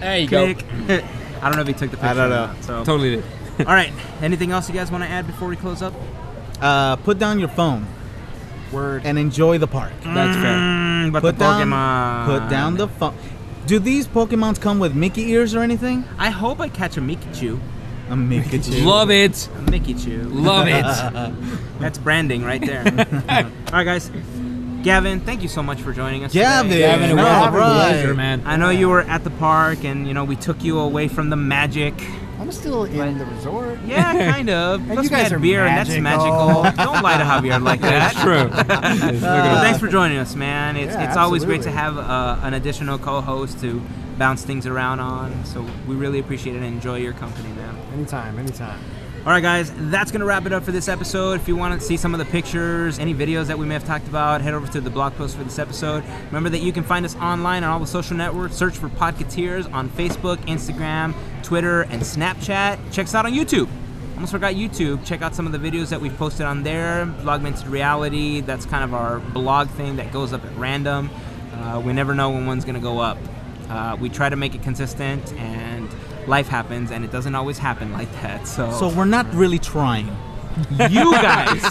There you
Click. [laughs] I don't know if he took the picture.
I don't
or
know.
not, so.
Totally did.
All right. Anything else you guys want to add before we close up?
Uh, put down your phone
Word.
and enjoy the park.
That's fair.
Mm, but
Put
the uh,
down,
Pokemon.
put down the phone. Do these Pokemons come with Mickey ears or anything?
I hope I catch a Mikichu.
A Mickey.
Love it.
A Mikichu.
Love it.
[laughs]
[laughs]
That's branding right there. All right, guys. Gavin, thank you so much for joining us.
Gavin,
today.
Gavin, it was
all
a
right.
pleasure, man.
I know you were at the park, and you know we took you away from the magic.
I'm still in the resort. [laughs]
Yeah, kind of.
And
Plus
you
we
guys
had
are
beer, and that's
magical.
magical. Don't lie to Javier
[laughs]
like that.
That's
[laughs]
true. Yes, look
But
at
thanks for joining us, man. It's,
Uh, Yeah,
it's always great to have
absolutely.
uh, an additional co-host to bounce things around on. So we really appreciate it and enjoy your company, man.
Anytime, anytime.
All right, guys, that's going to wrap it up for this episode. If you want to see some of the pictures, any videos that we may have talked about, head over to the blog post for this episode. Remember that you can find us online on all the social networks. Search for Podcateers on Facebook, Instagram, Twitter, and Snapchat. Check us out on YouTube. Almost forgot YouTube. Check out some of the videos that we've posted on there. Augmented Reality, that's kind of our blog thing that goes up at random. Uh, we never know when one's going to go up. Uh, we try to make it consistent and life happens and it doesn't always happen like that
So we're not really trying.
you guys,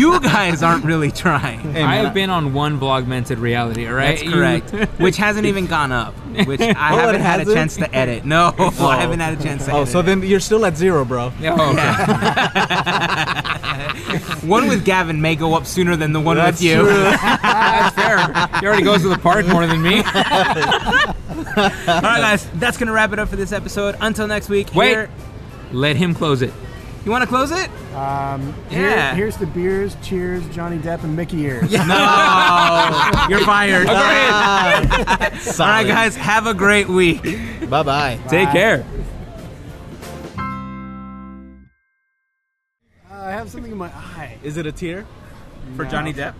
you guys aren't really trying.
Hey,
I
man,
have been on one vlogmented reality, all right?
That's
You- [laughs]
correct. Which hasn't even gone up. Which I
Oh, it
haven't had a
hasn't?
chance to edit. No, [laughs] I haven't had a chance to.
Oh,
edit
so then you're still at zero, bro.
Yeah, oh, okay.
it. [laughs] one with Gavin may go up sooner than the one
That's
with you. [laughs]
true.
That's fair. He already goes to the park more than me.
All right, guys, that's gonna wrap it up for this episode. Until next week.
Wait.
here-
Let him close it.
you want to close it?
Um,
Yeah.
here, here's the beers, cheers, Johnny Depp and Mickey ears.
Oh,
No, you're fired. All
Ah. All
right, guys, have a great week.
Bye bye.
Take care.
Uh, I have something in my eye.
Is it a tear?
For Johnny Depp.